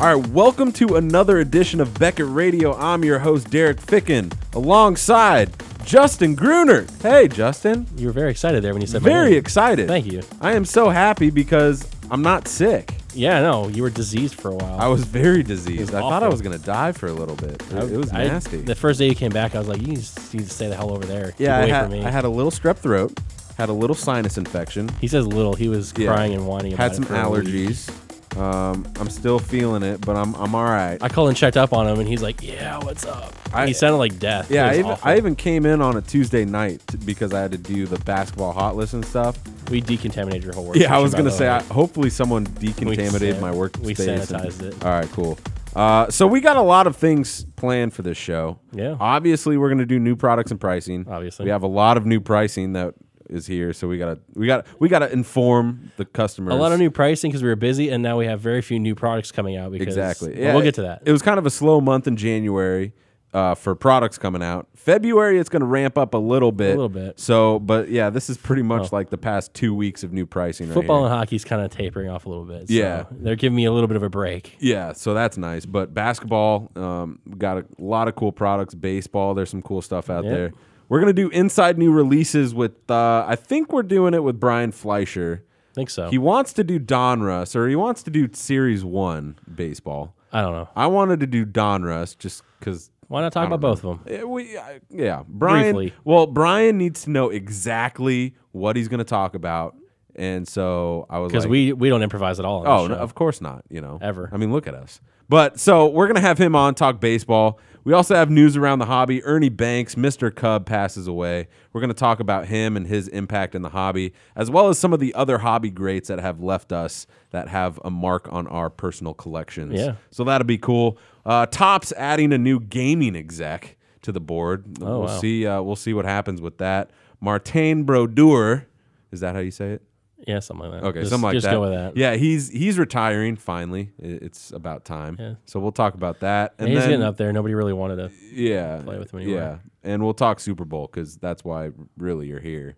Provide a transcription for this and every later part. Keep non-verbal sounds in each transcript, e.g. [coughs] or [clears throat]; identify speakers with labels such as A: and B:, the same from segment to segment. A: All right, welcome to another edition of Beckett Radio. I'm your host, Derek Ficken, alongside Justin Gruner. Hey, Justin.
B: You were very excited there when you said my
A: Very
B: name.
A: excited.
B: Thank you.
A: I am so happy because I'm not sick.
B: Yeah, no, you were diseased for a while.
A: I was very diseased. I thought I
B: awful.
A: was going to die for a little bit. It, it was
B: I-
A: nasty.
B: the first day you came back, I was like, you just need to stay the hell over there. Keep
A: yeah, I
B: away
A: had,
B: from me.
A: I had a little strep throat, had a little sinus infection,
B: he says little. He was
A: Yeah.
B: crying and whining. About
A: had
B: it
A: some
B: for a week.
A: allergies. Um, I'm still feeling it, but I'm I'm all right.
B: I called and checked up on him, and he's like, "Yeah, what's up?"
A: I-
B: he sounded like death.
A: Yeah,
B: It
A: I
B: was
A: even,
B: awful.
A: I even came in on a Tuesday night t- because I had to do the basketball hot list and stuff.
B: we decontaminated your whole work.
A: Yeah, I
B: session,
A: was
B: by
A: gonna
B: the
A: say. I,
B: way.
A: hopefully, someone decontaminated
B: san-
A: my work.
B: we sanitized it.
A: All right, cool. Uh, so we got a lot of things planned for this show.
B: Yeah.
A: Obviously, we're gonna do new products and pricing.
B: Obviously.
A: we have a lot of new pricing that is here. So we gotta we gotta we gotta inform the customers.
B: a lot of new pricing because we were busy, and now we have very few new products coming out. Because
A: Exactly.
B: but
A: Yeah,
B: we'll
A: it-
B: get to that.
A: It was kind of a slow month in January uh, for products coming out. February, it's going to ramp up a little bit. A
B: little bit.
A: So, but yeah, this is pretty much like the past two weeks of new pricing. right
B: Football
A: here.
B: and hockey's kind of tapering off a little bit. so
A: Yeah.
B: they're giving me a little bit of a break.
A: Yeah, so that's nice. But basketball, um, we got a lot of cool products. Baseball, there's some cool stuff out
B: Yeah.
A: there. We're gonna do inside new releases with. Uh, I think we're doing it with Brian Fleischer.
B: I think so.
A: He wants to do Donruss, or he wants to do Series One baseball.
B: I don't know.
A: I wanted to do Donruss just because
B: Why not talk about both of them?
A: Yeah, we, I, yeah, Brian.
B: Briefly.
A: Well, Brian needs to know exactly what he's going to talk about, and so I was
B: Because
A: like,
B: we we don't improvise at all. on
A: oh,
B: this
A: no,
B: show.
A: of course not, you know,
B: Ever.
A: I mean, look at us. But so we're going to have him on talk baseball. We also have news around the hobby. Ernie Banks, Mr. Cub, passes away. We're going to talk about him and his impact in the hobby, as well as some of the other hobby greats that have left us that have a mark on our personal collections.
B: Yeah.
A: So that'll be cool. Uh, Tops adding a new gaming exec to the board.
B: Oh,
A: we'll
B: wow.
A: see. Uh, we'll see what happens with that. Martin Brodeur, is that how you say it?
B: Yeah, something like that.
A: Okay,
B: just,
A: something like
B: just
A: that.
B: go with that.
A: Yeah, he's he's retiring finally. I- It's about time.
B: Yeah.
A: So we'll talk about that. And
B: he's
A: then,
B: getting up there. Nobody really wanted to.
A: Yeah,
B: Play with him anywhere.
A: Yeah, and we'll talk Super Bowl because that's why really you're here.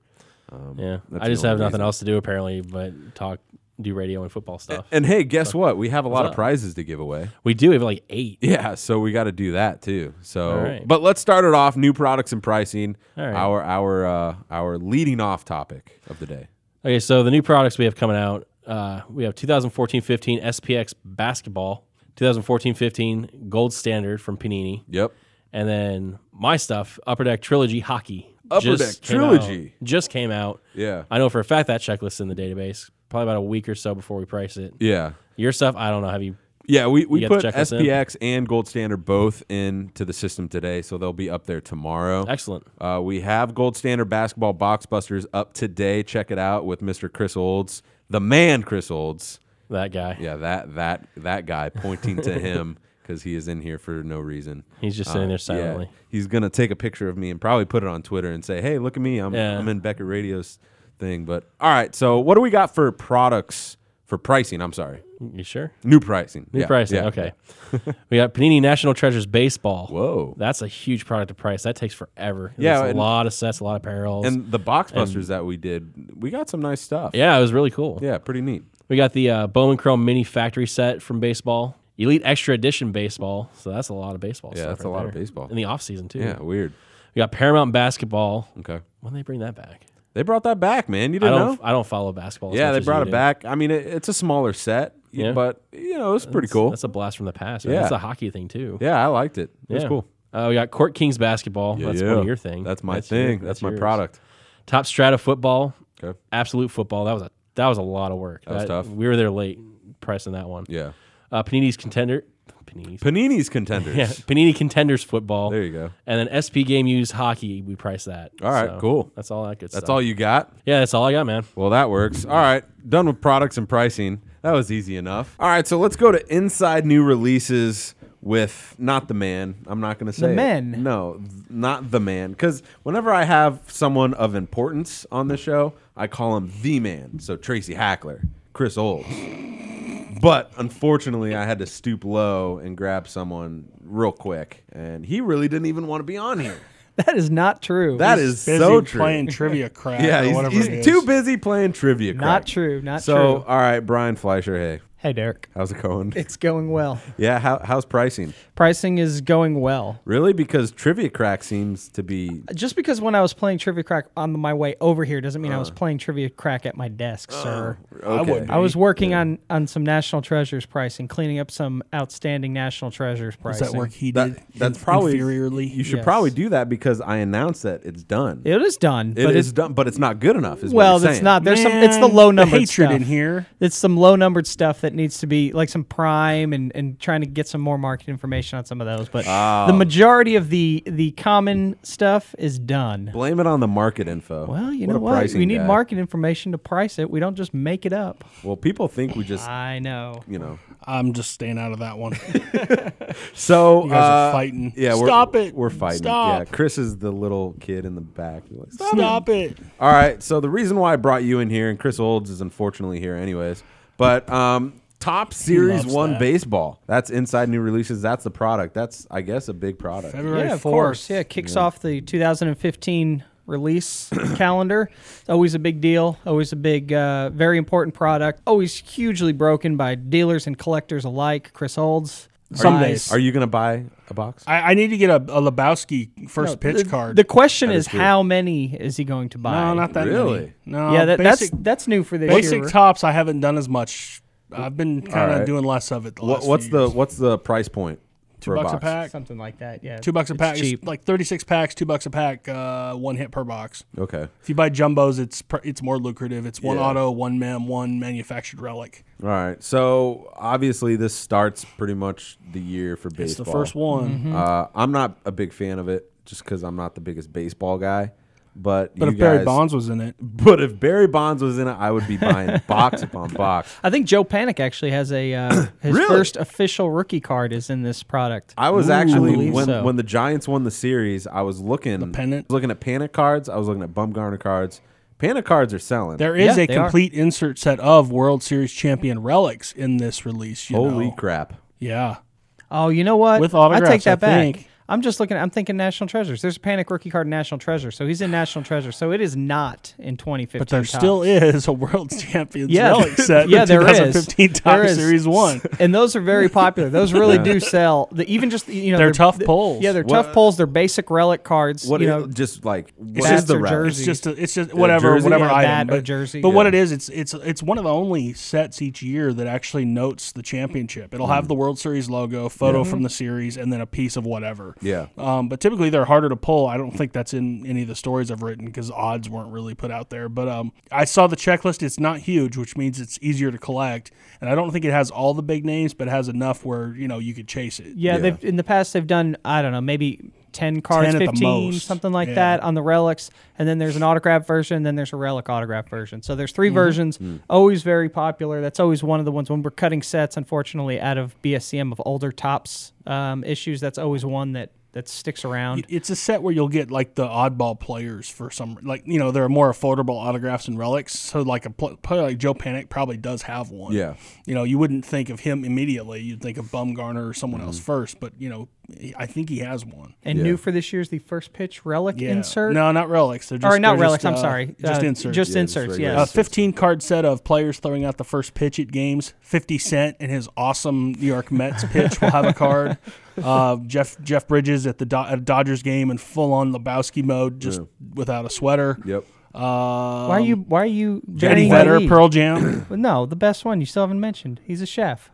A: Um,
B: Yeah,
A: that's
B: I just
A: the only
B: have
A: reason.
B: nothing else to do apparently but talk, do radio and football stuff.
A: And hey, guess what? We have a lot of
B: up?
A: prizes to give away. [laughs]
B: we do have like eight.
A: Yeah, so we got to do that too. So,
B: All right.
A: but let's start it off. New products and pricing.
B: All right.
A: Our our uh, our leading off topic of the day.
B: Okay, so the new products we have coming out, uh, we have 2014-15 SPX basketball, 2014-15 gold standard from Panini,
A: Yep.
B: and then my stuff, Upper Deck Trilogy hockey.
A: Upper Deck
B: came out-
A: Trilogy.
B: just came out.
A: Yeah.
B: I know for a fact that checklist's in the database. Probably about a week or so before we price it.
A: Yeah.
B: Your stuff, I don't know. Have you?
A: Yeah, we, we
B: You got
A: put
B: the checklist in?
A: SPX and Gold Standard both into the system today, so they'll be up there tomorrow.
B: Excellent.
A: Uh, we have Gold Standard Basketball Box Busters up today. Check it out with Mr. Chris Olds, the man Chris Olds.
B: That guy.
A: Yeah, that that that guy pointing
B: [laughs]
A: to him because he is in here for no reason.
B: He's just sitting there
A: Uh, Yeah,
B: silently.
A: he's gonna take a picture of me and probably put it on Twitter and say, "Hey, look at me! I'm
B: Yeah.
A: I'm in Beckett Radio's thing." But all right, so what do we got for products for pricing? I'm sorry,
B: You sure?
A: new pricing.
B: New
A: Yeah,
B: pricing.
A: yeah. [laughs]
B: okay. we got Panini National Treasures Baseball.
A: Whoa.
B: That's a huge product to price. That takes forever.
A: Yeah,
B: It's a
A: and-
B: lot of sets, a lot of parallels.
A: And the box busters that we did, we got some nice stuff.
B: yeah, it was really cool.
A: Yeah, pretty neat.
B: We got the uh, Bowman Chrome Mini Factory set from baseball. Elite Extra Edition baseball. So that's a lot of baseball.
A: Yeah,
B: stuff
A: that's a
B: right
A: lot of
B: there.
A: baseball.
B: In the off season too.
A: Yeah, weird.
B: We got Paramount Basketball.
A: Okay.
B: When they bring that back?
A: They brought that back, man. You
B: I
A: didn't
B: don't.
A: know?
B: I don't follow basketball. as
A: yeah,
B: much
A: they
B: as
A: brought
B: you
A: it
B: do.
A: back. I mean, it, it's a smaller set, yeah.
B: Yeah.
A: but you know, it's pretty cool.
B: That's a blast from the past. Man.
A: Yeah.
B: That's a hockey thing too.
A: yeah, I liked it. It was
B: Yeah.
A: cool.
B: Uh, we got Court Kings basketball. that's
A: yeah.
B: one of your thing.
A: That's my
B: your-
A: thing. that's, my
B: yours.
A: product.
B: Top Strata football.
A: Okay.
B: Absolute football. That was a that was a lot of work. That
A: was tough.
B: We were there late pricing that one.
A: Yeah.
B: Uh, Panini's contender. Panini's. [laughs]
A: Panini's contenders.
B: yeah, Panini contenders football.
A: There you go.
B: And then SP Game Use hockey. We priced that.
A: All right, cool.
B: That's all that good
A: That's
B: stuff.
A: all you got?
B: Yeah, that's all I got, man.
A: Well, that works. All right, done with products and pricing. That was easy enough. All right, so let's go to inside new releases with not the man. I'm not going to say it.
C: men.
A: No, th- not the man. Because whenever I have someone of importance on the show, I call him the man. So Tracy Hackler, Chris Olds. But unfortunately, I had to stoop low and grab someone real quick, and he really didn't even want to be on here.
C: [laughs] That is not true.
A: That
C: He's
A: is
D: busy
A: so true. [laughs]
D: playing trivia crap.
A: yeah,
D: or
A: he's,
D: whatever
A: he's
D: it is.
A: too busy playing trivia.
C: not
A: crap.
C: true. Not
A: So,
C: true.
A: all right, Brian Fleischer, hey.
C: Hey, Derek.
A: How's it going?
C: [laughs] It's going well.
A: Yeah, how, how's pricing?
C: Pricing is going well.
A: Really? Because Trivia Crack seems to be.
C: Just because when I was playing Trivia Crack on the- my way over here doesn't mean I was
A: Uh.
C: playing Trivia Crack at my desk,
A: Oh,
C: sir.
A: Okay.
C: I was working on, on some National Treasures pricing, cleaning up some outstanding National Treasures
D: Does
C: pricing.
D: that work he
A: That-
D: did?
A: that's probably.
D: inferiorly.
A: You should
C: Yes.
A: probably do that because I announced that it's done.
C: It is done,
A: It
C: but
A: is
C: it's
A: done, but it's not good enough. Is what
C: well,
A: you're
C: it's
A: saying.
C: not. There's some. It's the low numbered
D: hatred
C: stuff.
D: in here.
C: It's some low numbered stuff that needs to be like some prime and, and trying to get some more market information on some of those. But the majority of the the common stuff is done.
A: Blame it on the market info.
C: Well, you
A: a
C: know what?
A: pricing
C: We need
A: guy.
C: market information to price it. We don't just make it up.
A: Well, people think we just,
C: I know.
A: you know.
D: I'm just staying out of
C: [laughs]
D: that one.
A: So
D: You guys are
A: uh,
D: fighting.
A: Yeah, we're,
D: Stop it.
A: We're fighting. Yeah,
D: Stop.
A: Chris is the little kid in the back. He's like, "Stop it."
D: Stop it.
A: All right. So the reason why I brought you in here, and Chris Olds is unfortunately here anyways, but um, top series
D: loves
A: one
D: that.
A: baseball. That's inside new releases. That's the product. That's I guess a big product.
D: February
C: yeah, of
D: 4th.
C: course. Yeah, it kicks off the 2015
A: [coughs]
C: release calendar. It's always a big deal. Always a big, uh, very important product. Always hugely broken by dealers and collectors alike. Chris Olds.
D: Some
C: buys-
D: days.
A: Are you gonna buy a box?
D: I, I need to get a, a Lebowski
C: No,
D: first pitch
C: the,
D: card.
C: The question
A: That
C: is,
A: is weird.
C: how many is he going to buy?
D: no, not that
A: Really?
D: many. No,
C: yeah, that,
D: basic,
C: that's that's new for this
D: basic
C: year.
D: tops. I haven't done as much. I've been kind of
A: right.
D: doing less of it. The
A: What,
D: last
A: what's
D: few
A: the
D: years.
A: what's the price point?
D: two
A: for
D: bucks
A: a
D: a,
A: box?
D: pack?
C: Something like that. Yeah,
D: Two bucks a
C: it's
D: pack. It's
C: Cheap.
D: like 36 packs, two bucks a pack, uh, one hit per box.
A: Okay.
D: If you buy jumbos, it's pr- it's more lucrative. It's one
A: Yeah.
D: auto, one mem, one manufactured relic.
A: All right. So obviously this starts pretty much the year for baseball.
D: It's the first one.
C: Mm-hmm.
D: Mm-hmm.
A: Uh, I'm not a big fan of it just because I'm not the biggest baseball guy. But
D: But
A: you
D: if Barry
A: guys-
D: Bonds was in it,
A: [laughs] but if Barry Bonds was in it, I would be
D: [laughs]
A: buying box upon box.
C: I think Joe Panic actually has a
D: [coughs]
C: uh, his
A: Really?
C: first official rookie card is in this product.
A: I was
C: I
A: actually
C: believe
A: when
C: so.
A: when the Giants won the series, I was looking the
D: pennant?
A: looking at panic cards. I was looking at Bumgarner cards. Panic cards are selling.
D: there is
C: Yeah,
D: a
C: they are.
D: complete insert set of World Series champion relics in this release. You
A: Holy
D: know.
A: crap!
D: Yeah.
C: Oh, you know what?
D: With
C: I take
D: autographs, I
C: that back.
D: think.
C: I'm just looking. I'm thinking National Treasures. There's a Panic rookie card, in National Treasure. So he's in National Treasure. So it is not in 2015.
D: But there
C: tops.
D: still is a World [laughs] Champions
C: Yeah.
D: relic
C: [laughs]
D: set.
C: Yeah,
D: for
C: there is.
D: 2015 Top
C: There is. [laughs]
D: Series One.
C: and those are very popular. Those
D: [laughs]
C: really do sell. The, even just you know
D: They're tough
C: th-
D: pulls.
C: Yeah, they're
A: What-
C: tough poles. They're basic relic cards.
A: What
C: you
A: is-
C: know,
A: just like what
D: just
A: is the
C: their
A: route?
D: It's
C: jersey.
D: just a, it's just whatever
A: jersey?
D: whatever
C: Yeah,
D: item,
C: that or
D: but,
C: jersey.
D: But what
A: Yeah.
D: it is, it's it's it's one of the only sets each year that actually notes the championship. It'll have the World Series logo, photo from the series, and then a piece of whatever.
A: Yeah.
D: Um, but typically they're harder to pull. I don't think that's in any of the stories I've written because odds weren't really put out there. But um, I saw the checklist. It's not huge, which means it's easier to collect. And I don't think it has all the big names, but it has enough where you know you could chase it.
C: Yeah,
A: Yeah.
C: they've in the past they've done I don't know maybe ten cards,
D: 10 at the
C: fifteen,
D: most.
C: something like
D: Yeah.
C: that on the relics, and then there's an autograph version, then there's a relic autograph version. So there's
D: Mm-hmm.
C: 3 versions,
A: Hmm.
C: always very popular. That's always one of the ones when we're cutting sets, unfortunately, out of BSCM of older tops um, issues. That's always one that that sticks around.
D: It's a set where you'll get like the oddball players for some, like you know, there are more affordable autographs and relics. So like a pl- player like Joe Panic probably does have one.
A: Yeah.
D: you know, you wouldn't think of him immediately. You'd think of Bumgarner or someone else first, but you know, I think he has one.
C: and
A: Yeah.
C: new for this year's the first pitch relic
D: Yeah.
C: insert.
D: No, not relics. They're just
C: or not
D: they're
C: relics.
D: just,
C: I'm
D: uh,
C: sorry,
D: Just
C: Uh, Just
D: inserts.
A: Yeah, just
C: inserts.
A: regular.
C: Yes.
D: a 15 card set of players throwing out the first pitch at games. 50 Cent and his awesome New York Mets pitch will have
A: [laughs]
D: a card. Uh, Jeff Jeff Bridges at the Do- at a Dodgers game in full on Lebowski mode, just without a sweater.
A: Yep.
D: Uh,
C: why are you? Why are you?
D: Eddie
C: burying
D: Vedder,
C: Lee?
A: [coughs]
D: Pearl Jam,
C: No, the best one you still haven't mentioned. He's a chef.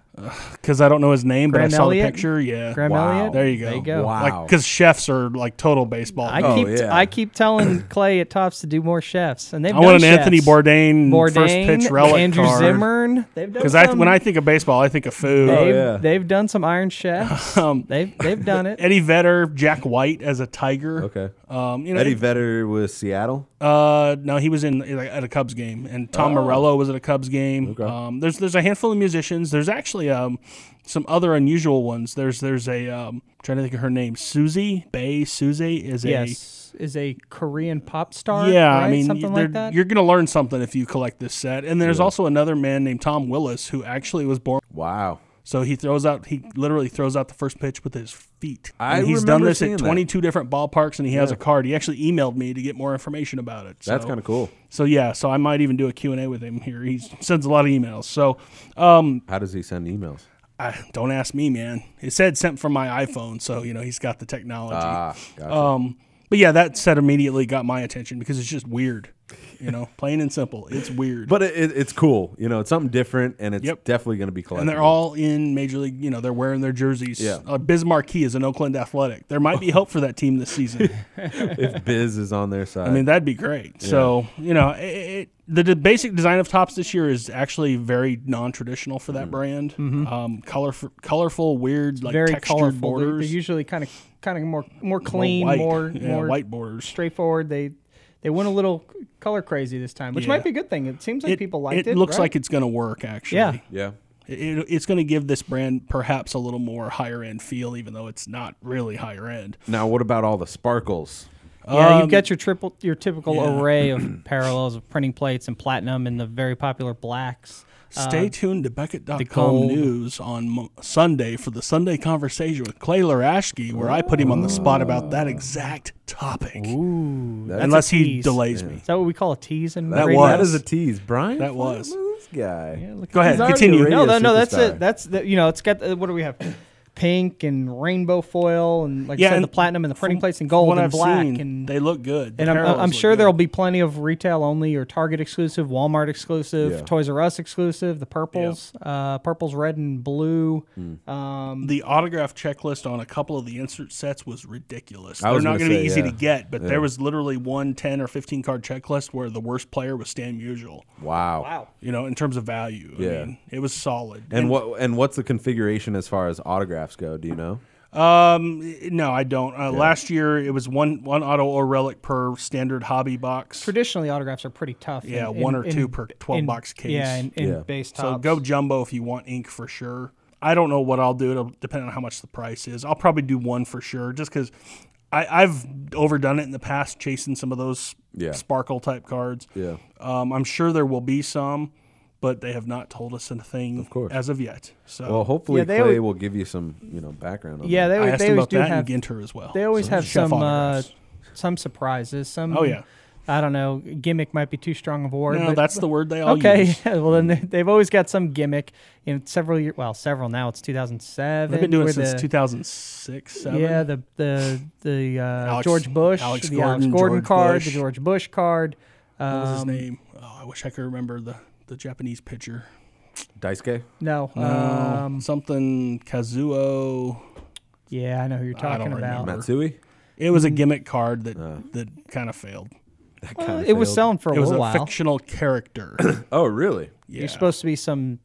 D: because I don't know his name,
C: Graham
D: but I saw
C: Elliott?
D: the picture. Yeah,
C: Graham
A: Wow.
C: Elliott.
D: There you go.
C: There you go.
A: Wow.
D: because chefs are like total baseball.
C: I
A: Oh,
C: keep
A: yeah.
C: I keep
D: [clears throat]
C: telling Clay at Tops to do more chefs, and they've
D: I want an
C: done
D: Anthony
C: chefs.
D: Bourdain,
C: Bourdain,
D: first pitch relic
C: Andrew
D: card.
C: Zimmern. They've done
D: Because I,
C: some-
D: when I think of baseball, I think of food.
C: they've,
A: yeah.
C: they've done some Iron Chefs.
D: [laughs] Um,
C: they've they've done it.
D: [laughs] Eddie Vedder, Jack White as a Tiger.
A: Okay.
D: Um, you know,
A: Eddie Vedder with Seattle.
D: Uh, no, he was in at a Cubs game, and
A: Oh.
D: Tom Morello was at a Cubs game. Um, there's there's a handful of musicians. There's actually um some other unusual ones. There's there's a um I'm trying to think of her name. Susie Bay Susie is
C: Yes, is a Korean pop
D: a
C: star.
D: yeah. I
C: right?
D: mean,
C: something
D: they're-
C: like that.
D: you're gonna learn something if you collect this set. And there's also another man named Tom Willis who actually was born
A: Wow.
D: So he throws out he literally throws out the first pitch with his feet.
A: I
D: And he's done
A: remember
D: this
A: seeing
D: at
A: that.
D: 22 different ballparks and he has a card. He actually emailed me to get more information about it.
A: That's
D: So-
A: kind of cool.
D: So yeah, so I might even do a Q&A with him here. He sends a lot of emails. So um
A: How does he send emails?
D: I, don't ask me, man. It said sent from my iPhone, so you know, he's got the technology.
A: Ah, gotcha.
D: Um, but yeah, that set immediately got my attention because it's just weird, you know, plain and simple. It's weird.
A: but it, it, it's cool. You know, it's something different, and it's
D: Yep.
A: definitely going to be collectible.
D: and they're all in major league. You know, they're wearing their jerseys.
A: Yeah.
D: Uh, Biz Marquee is an Oakland Athletic. There might be hope for that team this season.
A: if Biz is on their side.
D: I mean, that'd be great. So you know, it, it, the, the basic design of tops this year is actually very non-traditional for that brand. Um, colorful, colorful, weird, like
C: Mm-hmm. Very
D: textured
C: colorful. They're- They're,
D: borders,
C: usually kind of kind of more more
D: More
C: clean,
D: white.
C: more
D: Yeah,
C: more
D: white borders.
C: straightforward. They they went a little color crazy this time, which
D: Yeah.
C: might be a good thing. It seems like people liked it.
D: It looks
C: right?
D: like it's going to work actually.
C: Yeah.
A: yeah.
D: it, it's going to give this brand perhaps a little more higher end feel, even though it's not really higher end.
A: Now, what about all the sparkles?
C: Yeah,
D: Um,
C: you've got your triple, your typical
D: yeah.
C: array [clears throat] of parallels of printing plates and platinum and the very popular blacks.
D: Stay
A: Uh,
D: tuned to Beckett.com
C: gold.
D: news on Mo- Sunday for the Sunday conversation with Clay Larashki, where I put him on the spot about that exact topic.
C: Ooh,
A: That's
D: Unless
C: a
D: he
C: tease.
D: delays me.
C: Is that what we call a tease? And
D: That
C: radio?
D: was.
A: That is a tease, Brian.
D: That
A: Fuck,
D: was.
A: look at this guy.
C: Yeah, look
D: Go
C: at-
D: ahead,
A: He's already
D: continue.
A: a radio
C: No, no, no. That's
A: superstar.
C: it. That's the, you know, it's got the, what do we have? Pink and rainbow foil and like
D: Yeah,
C: I said,
D: and
C: the platinum and the printing
D: from-
C: plates and
D: From
C: gold
D: what
C: and
D: I've
C: black
D: seen,
C: and
D: they look good. The
C: and I'm, I'm-
D: parallels
C: I'm
D: look
C: sure
D: good.
C: there'll be plenty of retail only or Target exclusive, Walmart exclusive,
A: Yeah.
C: Toys R Us exclusive, the purples, uh, purples red and blue.
D: Hmm.
C: Um,
D: the autograph checklist on a couple of the insert sets was ridiculous.
A: I
D: They're
A: was
D: not
A: gonna
D: going to be
A: say,
D: easy
A: yeah.
D: to get, but
A: Yeah.
D: there was literally one 10 or 15 card checklist where the worst player was Stan Musial.
A: Wow.
C: wow.
D: you know, in terms of value.
A: Yeah.
D: I mean, it was solid.
A: And what and what's the configuration as far as autographs go? Do you know?
D: Um, no, I don't. Uh, Last year, it was one one auto or relic per standard hobby box.
C: Traditionally, autographs are pretty tough.
D: Yeah, one or two per 12
C: in-
D: box case.
C: Yeah, in, in
A: Yeah.
C: base tops.
D: so go jumbo if you want ink for sure. I don't know what I'll do. It'll depend on how much the price is. I'll probably do one for sure, just because I've overdone it in the past, chasing some of those
A: Yeah.
D: sparkle type cards.
A: Yeah.
D: Um, I'm sure there will be some, but they have not told us anything of
A: course.
D: as of yet. So
A: Well, hopefully
C: Yeah, they
A: Clay
C: always-
A: will give you some you know background on
C: Yeah,
A: that.
C: they,
D: I
C: always-
D: asked
C: they
D: him
C: always
D: about
C: do
D: that
C: have.
D: and Ginter as well.
C: They always
D: So
C: have
D: chef
C: some uh,
D: autographs.
C: some surprises. Some
D: Oh, yeah.
C: I don't know. Gimmick might be too strong of a word.
D: No,
C: but-
D: that's the word they all
C: mm-hmm. Okay,
D: use.
C: yeah, [laughs] well then they- they've always got some gimmick in several years. Well, several now. It's 2007.
D: They've been doing
C: where
D: it since
C: the-
D: 2006, 7.
C: Yeah, the the the uh,
D: Alex-
C: George Bush,
D: Alex
C: the Alex
D: Gordon,
C: Gordon
D: George
C: card, the
D: Bush.
C: George Bush card. Um,
D: What was his name? Oh, I wish I could remember the, the Japanese pitcher.
A: Daisuke.
C: No.
D: No,
C: Um,
D: something Kazuo.
C: yeah, I know who you're
D: I
C: talking
D: don't
C: about.
D: remember.
A: Matsui.
D: It
C: Mm-hmm.
D: was a gimmick card that that kind of failed.
A: That
C: Well,
A: kinda
C: it was
A: failed.
C: selling for a
D: it was
C: little while.
D: a fictional character.
A: Oh, really?
D: yeah.
C: You're supposed to be some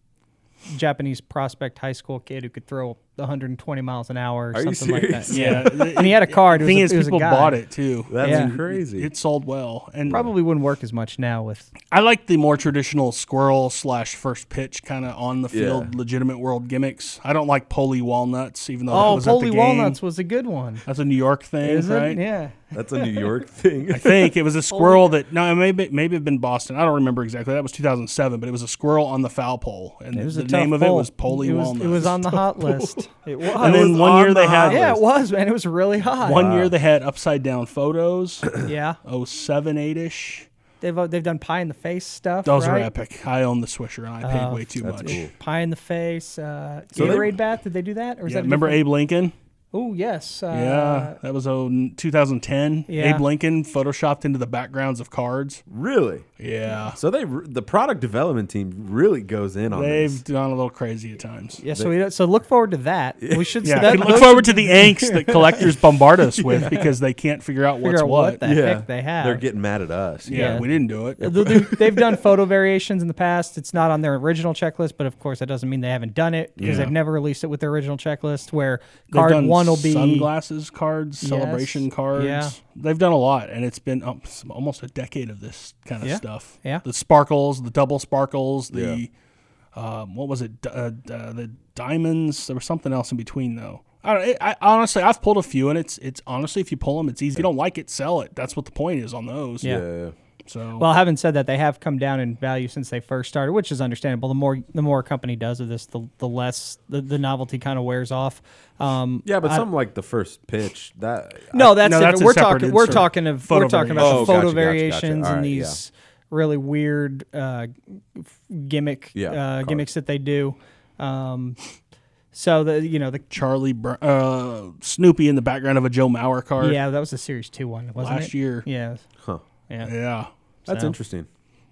C: Japanese prospect high school kid who could throw 120 miles an hour or
A: Are you
C: something like that.
A: serious?
D: Yeah.
C: [laughs] And he had a card. It
D: the
C: was
D: thing
C: a-
D: is,
C: it was a
D: people
C: guy.
D: bought it too.
A: That's
C: Yeah.
A: crazy.
D: It sold well, and
C: Probably wouldn't work as much now with
D: I like the more traditional squirrel slash first pitch kind of on the field,
A: Yeah.
D: legitimate world gimmicks. I don't like Poley walnuts, even though that
C: Oh,
D: was at the
C: Polly
D: game.
C: Walnuts was a good one.
D: That's a New York thing,
C: Is it?
D: right?
C: Yeah.
A: That's a New York thing.
D: I think it was a squirrel that no, it maybe maybe have been Boston. I don't remember exactly. That was 2007, but it was a squirrel on the foul pole, and
C: It was
D: the
C: a tough
D: name of it
C: poll.
D: was Polly
C: it was,
D: Walnut.
C: It was
D: [laughs]
C: on the hot list. It was.
D: And then
A: was
D: one
A: on
D: year they
A: the
D: had
A: hot
C: yeah,
A: list.
C: it was, man. It was really hot.
D: one year they had upside down photos, [clears throat]
C: Yeah.
D: 07, 8 ish.
C: They've uh, they've done pie in the face stuff.
D: Those
C: right? Uh,
D: are epic. I own the Swisher, and I paid way too
A: that's
D: much.
A: cool.
C: Pie in the face. Uh,
A: So they-
C: Gatorade bath. Did they do that? Or was
D: Yeah,
C: that a
D: remember
C: different-
D: Abe Lincoln?
C: Oh yes. Uh,
D: yeah, that was oh, 2010.
C: Yeah.
D: Abe Lincoln photoshopped into the backgrounds of cards.
A: really?
D: Yeah,
A: So they re- the product development team really goes in on
D: they've
A: this.
D: gone a little crazy at times.
C: Yeah. So we don't, so look forward to that. We should
D: Yeah,
C: that,
D: can look
C: those
D: forward to
C: should [laughs]
D: the angst that collectors bombard us with because they can't figure out what's
C: figure out
D: what.
C: what the heck they have.
A: They're getting mad at us.
D: yeah,
C: Yeah.
D: we didn't do it. [laughs]
C: They'll do- they've done photo variations in the past. It's not on their original checklist, but of course that doesn't mean they haven't done it because
D: Yeah.
C: they've never released it with their original checklist. Where
D: They've
C: card
D: done
C: one will be
D: sunglasses cards, celebration
C: Yes.
D: cards.
C: Yeah.
D: They've done a lot, and it's been um, s- almost a decade of this kind of
C: Yeah.
D: stuff.
C: Yeah.
D: the sparkles, the double sparkles, the um, what was it? D- uh, d- uh, the diamonds. There was something else in between though. I, don't, it, I honestly, I've pulled a few, and it's it's honestly, if you pull them, it's easy. If you don't like it, sell it. That's what the point is on those.
C: Yeah.
A: Yeah.
D: So
C: Well, having said that, they have come down in value since they first started, which is understandable. The more the more a company does of this, the, the less the, the novelty kind of wears off. Um,
A: Yeah, but something like the first pitch that
C: no, that's,
D: No,
C: different.
D: that's a
C: we're
D: separate
C: talking we're
D: insert.
C: talking of
D: Photo
C: we're talking about
A: variation. Oh,
C: the photo
A: gotcha, gotcha, gotcha.
C: variations
A: All right,
C: and these really weird uh, f- gimmick
A: Yeah,
C: uh,
A: cards.
C: gimmicks that they do. Um, so the you know the
D: Charlie Br- uh, Snoopy in the background of a Joe Mauer card
C: yeah that was the series two one wasn't
D: last
C: it?
D: year.
C: Yeah,
A: Huh.
C: yeah.
D: Yeah.
A: That's
C: So-
A: interesting.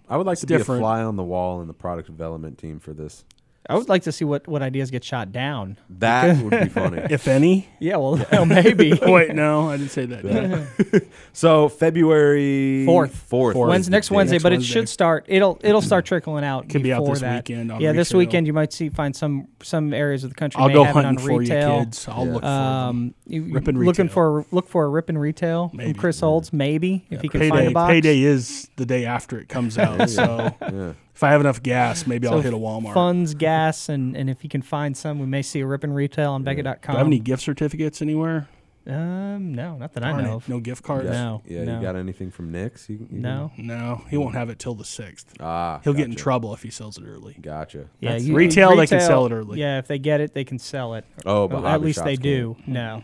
A: I would like to
D: different.
A: be a fly on the wall in the product development team for this.
C: I would like to see what what ideas get shot down.
A: That would be
C: [laughs]
A: funny.
D: If any.
C: Yeah, [laughs]
D: [laughs]
C: well, maybe.
D: Wait, no, I didn't say that. did I?
A: So February
C: Fourth.
A: fourth,
D: Fourth.
A: is
C: Wednesday,
A: the
C: next
A: date.
C: Wednesday, but
D: Wednesday.
C: it should start. It'll it'll start trickling out.
D: Could be out
C: before
D: this
C: that.
D: weekend on
C: yeah, this
D: retail.
C: weekend you might see find some some areas of the country.
D: I'll
C: may
D: go
C: have it
D: hunting
C: on
D: for
C: retail.
D: you, kids. I'll
A: Yeah.
D: look for them.
C: Um, you, you
D: Rip and
C: looking
D: retail.
C: for look for a rip and retail
D: Maybe.
C: from Chris Olds, maybe if he can find a
D: Payday,
C: box.
D: payday is the day after it comes out. so
A: [laughs] Yeah.
D: if I have enough gas, maybe I'll
C: So
D: hit a Walmart.
C: funds, gas, and and if he can find some, we may see a rip and retail on
D: Do I have
C: Beckett.com.
D: any gift certificates anywhere?
C: um, no, not that I
D: Darn
C: know.
D: it,
C: of.
D: No gift cards?
A: Yeah.
C: No,
A: Yeah,
C: no.
A: you got anything from Nick's? You, you
C: No.
D: No, he won't have it till the 6th.
A: Ah,
D: He'll get in
A: gotcha.
D: trouble if he sells it early.
A: Gotcha.
C: Yeah,
D: That's
C: you-
D: retail, they can sell it early.
C: Yeah, if they get it, they can sell it.
A: Oh, but
C: Well, at
A: hobby
C: least they
A: shops
C: do. No.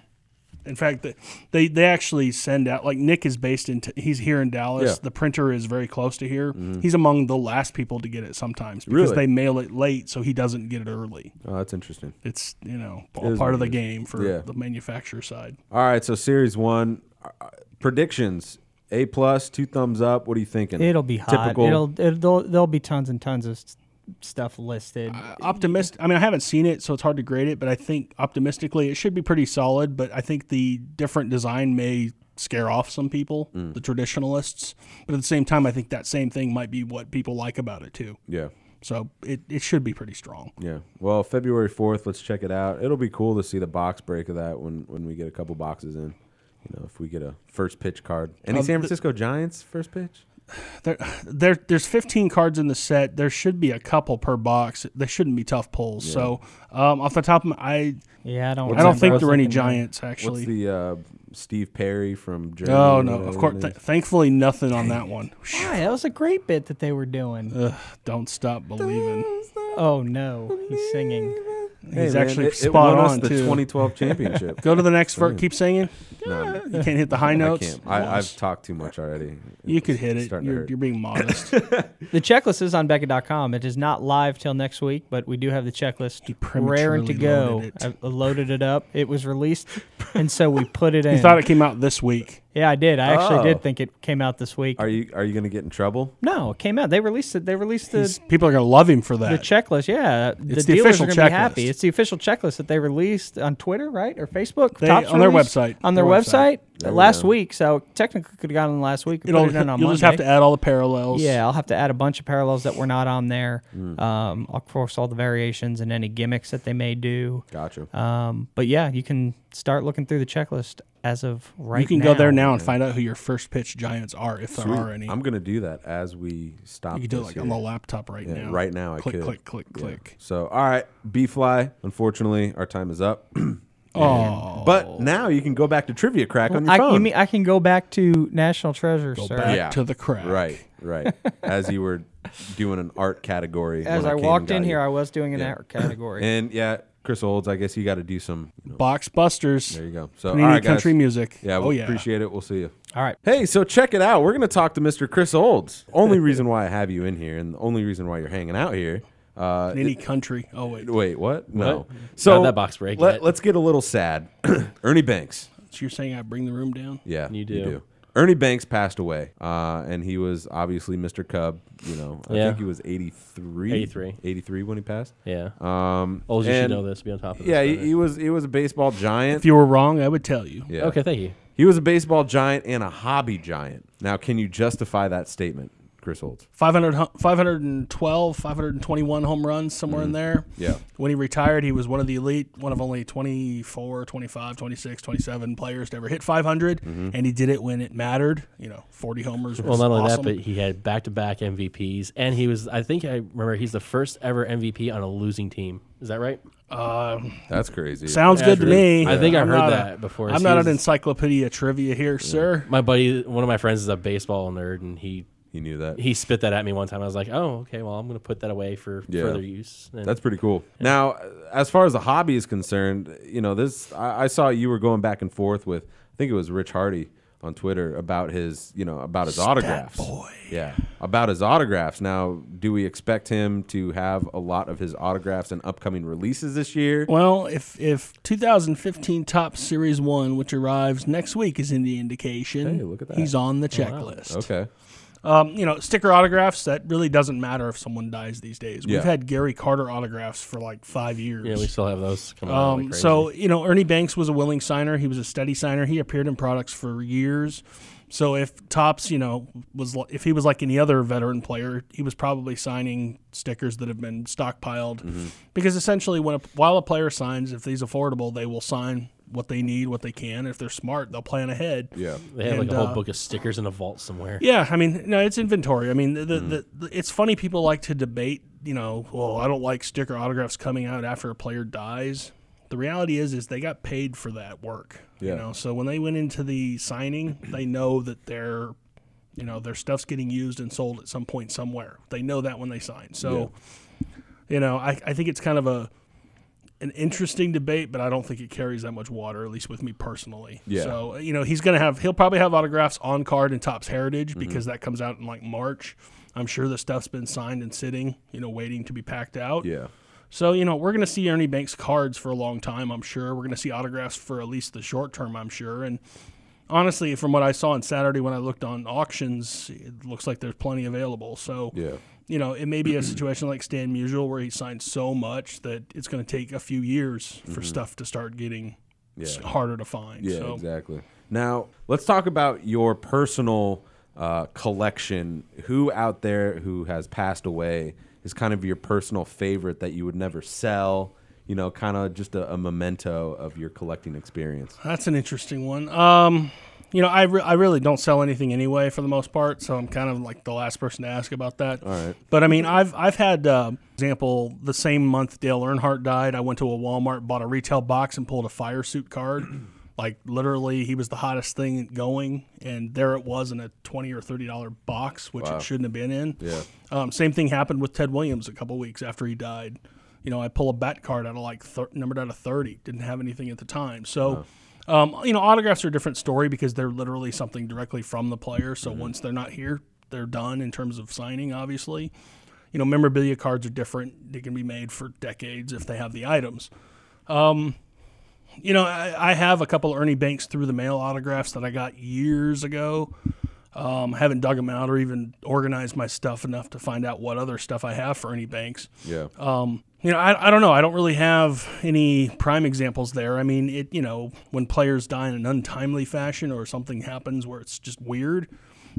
D: In fact, they, they they actually send out like Nick is based in t- he's here in Dallas.
A: Yeah. Mm-hmm.
D: The printer is very close to here. He's among the last people to get it sometimes because
A: Really?
D: they mail it late, so he doesn't get it early.
A: can't. Oh, that's interesting.
D: It's you know
A: It
D: all
A: is
D: part
A: what
D: of the
A: it is.
D: game for
A: Yeah.
D: the manufacturer side.
A: All right, so series one uh, uh, predictions: A plus, two thumbs up. What are you thinking?
C: It'll be hot.
A: Typical.
C: It'll, it'll there'll, there'll be tons and tons of s- stuff listed.
D: Uh, optimistic. I mean, I haven't seen it, so it's hard to grade it, but I think optimistically it should be pretty solid. But I think the different design may scare off some people,
A: Mm.
D: the traditionalists. But at the same time, I think that same thing might be what people like about it too.
A: yeah.
D: So it, it should be pretty strong.
A: Yeah. Well, February 4th, let's check it out. It'll be cool to see the box break of that when, when we get a couple boxes in. You know, if we get a first pitch card. Any
D: Um,
A: San
D: the-
A: Francisco Giants first pitch?
D: There, there, there's 15 cards in the set. There should be a couple per box. They shouldn't be tough pulls. So, um, off the top of my, I,
C: yeah, I don't.
D: I don't
C: remember.
D: think there were any
C: Looking at-
D: giants
A: What's
D: actually.
A: the uh, Steve Perry from Germany?
D: oh no, of
A: whatever
D: course.
A: his
D: Th-
A: name is?
D: thankfully, nothing on that one.
C: Why? That was a great bit that they were doing.
D: Ugh, don't stop believing.
C: oh no, he's singing.
A: Hey,
D: He's
A: man,
D: actually
A: it, it
D: spot
A: won us
D: on
A: the
D: too. [laughs]
A: 2012 championship.
D: Go to the next verse. Keep singing.
A: no,
D: You can't hit the high
A: I
D: notes.
A: can't. I, I've
D: Lost.
A: talked too much already.
D: you could
A: It's
D: hit it.
A: starting to
D: You're,
A: hurt.
D: you're being
A: [laughs]
D: modest.
C: The checklist is on Becca.com. It is not live till next week, but we do have the checklist
D: He
C: raring
D: prematurely
C: to go.
D: loaded
C: I loaded it up. It was released, and so we put it in.
D: [laughs] you thought it came out this week.
C: yeah, I did. I actually
A: Oh.
C: did think it came out this week.
A: Are you are you going to get in trouble?
C: no, it came out. They released it. They released the
D: He's- people are gonna love him for
C: the
D: that.
C: checklist. Yeah,
D: It's
C: the,
D: the
C: dealers
D: official
C: are going to be
D: checklist.
C: happy. It's the official checklist that they released on Twitter, right, or Facebook,
D: They-
C: Tops
D: on their
C: released?
D: website.
C: on their,
D: Their website.
C: website,
A: There we
C: last
A: go.
C: week. So technically, could have gotten last week. We
D: It'll,
C: put it
D: [laughs] you'll
C: in on
D: just have
C: Monday.
D: to add all the parallels. Hmm.
C: Yeah, I'll have to add a bunch of parallels that were not on there. Um, of course, all the variations and any gimmicks that they may do.
A: Gotcha.
D: Uh,
C: Um, but yeah, you can start looking through the checklist as of right.
D: you can go there now and find out who your first pitch giants are, if there
A: Sweet.
D: are any.
A: I'm going to do that as we stop.
D: you can do it
A: this
D: like
A: here.
D: on the laptop right
A: Yeah,
D: now.
A: right now I
D: click,
A: could.
D: click, click,
A: Yeah.
D: click.
A: So, all right, B Fly. Unfortunately, our time is up.
D: Oh,
A: But now you can go back to Trivia Crack on your
C: I,
A: phone.
C: you mean I can go back to National Treasure,
D: go
C: sir?
D: back
A: Yeah.
D: to the crack.
A: right, right. As you were doing an art category.
C: As
A: when
C: I
A: came and
C: walked
A: got
C: in
A: you.
C: here, I was doing an
A: Yeah.
C: art
D: [clears throat]
C: category.
A: and yeah, Chris Olds. I guess you got to do some. You know,
D: Box Busters.
A: there you go. So, all
D: Panini
A: right, guys.
D: country music.
A: Yeah, we
D: oh yeah.
A: appreciate it. We'll see you.
C: All right.
A: Hey, so check it out. We're going to talk to Mr. Chris Olds.
D: [laughs]
A: Only reason why I have you in here, and the only reason why you're hanging out here. Uh,
D: Any country. Oh wait,
A: wait, what? No.
B: What?
A: So
B: How'd that box break
A: Let,
B: yet?
A: let's get a little sad. [clears throat] Ernie Banks.
D: so you're saying I bring the room down?
A: Yeah,
B: You do.
A: Ernie Banks passed away, uh, and he was obviously Mr. Cub. You know, I
B: Yeah.
A: think he was 83,
B: 83.
A: 83 when he passed.
B: Yeah.
A: Um,
B: Olds, you should
A: and-
B: know this. Be on top of this.
A: Yeah, he,
B: better.
A: he was he was a baseball giant.
D: If you were wrong, I would tell you.
A: yeah.
B: Okay, thank you.
A: He was a baseball giant and a hobby giant. Now, can you justify that statement, Chris Holtz?
D: 500, hu- 512, 521 home runs, somewhere in there.
A: Mm. Yeah.
D: When he retired, he was one of the elite, one of only 24, 25, 26, 27 players to ever hit 500,
A: Mm-hmm.
D: and he did it when it mattered. You know, 40 homers.
B: Well, not only that, but he had back-to-back MVPs, and he was—I think I remember he's the first ever MVP on a losing team. Is that right?
D: but uh,
A: That's crazy.
D: [laughs] sounds
B: Yeah,
D: good to
B: true.
D: me.
B: Um, I think I
D: I'm
B: heard
D: not a-
B: that before.
D: I'm
B: He
D: not
B: was-
D: an encyclopedia trivia here, sir.
B: My buddy, one of my friends, is a baseball nerd, and he
A: He knew that.
B: He spit that at me one time. I was like, oh, okay, well, I'm going to put that away for
A: Yeah.
B: further use. And
A: That's pretty cool. Now, as far as the hobby is concerned, you know, this I, I saw you were going back and forth with I think it was Rich Hardy on Twitter about his, you know, about his autographs. Boy. Yeah, about his autographs. Now, do we expect him to have a lot of his autographs and upcoming releases this year?
D: Well, if if 2015 Top Series One, which arrives next week, is any indication,
A: Hey, look at that.
D: he's on
B: Oh,
D: the checklist.
A: Okay.
D: Um, you know, sticker autographs that really doesn't matter if someone dies these days.
A: Yeah.
D: We've had Gary Carter autographs for like five years.
B: yeah, we still have those coming out. like
D: Um,
B: crazy.
D: so you know, Ernie Banks was a willing signer. He was a steady signer. He appeared in products for years. So if Tops, you know, was li- if he was like any other veteran player, he was probably signing stickers that have been stockpiled,
B: Mm-hmm.
D: because essentially, when a, while a player signs, if he's affordable, they will sign what they need, what they can. If they're smart, they'll plan ahead.
A: Yeah.
B: they have like
D: and,
B: a whole
D: uh,
B: book of stickers in a vault somewhere.
D: Yeah, I mean, no, it's inventory. I mean, the,
A: Mm.
D: the, the, it's funny people like to debate. You know, well, I don't like sticker autographs coming out after a player dies. The reality is, is they got paid for that work.
A: Yeah.
D: You know, so when they went into the signing, they know that their, you know, their stuff's getting used and sold at some point somewhere. They know that when they sign. So, you know, I, I think it's kind of a an interesting debate, but I don't think it carries that much water, at least with me personally.
A: Yeah.
D: So uh, you know, he's gonna have he'll probably have autographs on card in Topps Heritage
A: Mm-hmm.
D: because that comes out in like March. I'm sure the stuff's been signed and sitting, you know, waiting to be packed out.
A: Yeah.
D: So, you know, we're going to see Ernie Banks cards for a long time, I'm sure. We're going to see autographs for at least the short term, I'm sure. And honestly, from what I saw on Saturday when I looked on auctions, it looks like there's plenty available. So,
A: Yeah.
D: you know, it may
A: [clears throat]
D: be a situation like Stan Musial where he signed so much that it's going to take a few years for stuff to start getting s-
A: Mm-hmm. Yeah.
D: harder to find.
A: Yeah,
D: so,
A: exactly. Now, let's talk about your personal uh, collection. Who out there who has passed away is kind of your personal favorite that you would never sell? You know, kind of just a, a memento of your collecting experience.
D: That's an interesting one. Um, you know, I, re- I really don't sell anything anyway for the most part, so I'm kind of like the last person to ask about that. All
A: right.
D: But I mean, I've I've had uh, example the same month Dale Earnhardt died. I went to a Walmart, bought a retail box, and pulled a fire suit card. [clears throat] Like literally, he was the hottest thing going, and there it was in a twenty or thirty dollar box, which it shouldn't have been in.
A: Yeah.
D: Um, same thing happened with Ted Williams a couple weeks after he died. You know, I pull a bat card out of like thir- numbered out of thirty. Didn't have anything at the time, so. Um, you know, autographs are a different story because they're literally something directly from the player. So once they're not here, they're done in terms of signing, obviously. You know, memorabilia cards are different. They can be made for decades if they have the items. Um, you know, I, I have a couple Ernie Banks through the mail autographs that I got years ago. Um, I haven't dug them out or even organized my stuff enough to find out what other stuff I have for Ernie Banks.
A: Yeah.
B: Uh,
D: Um, you know, I, I don't know. I don't really have any prime examples there. I mean, it you know, when players die in an untimely fashion or something happens where it's just weird,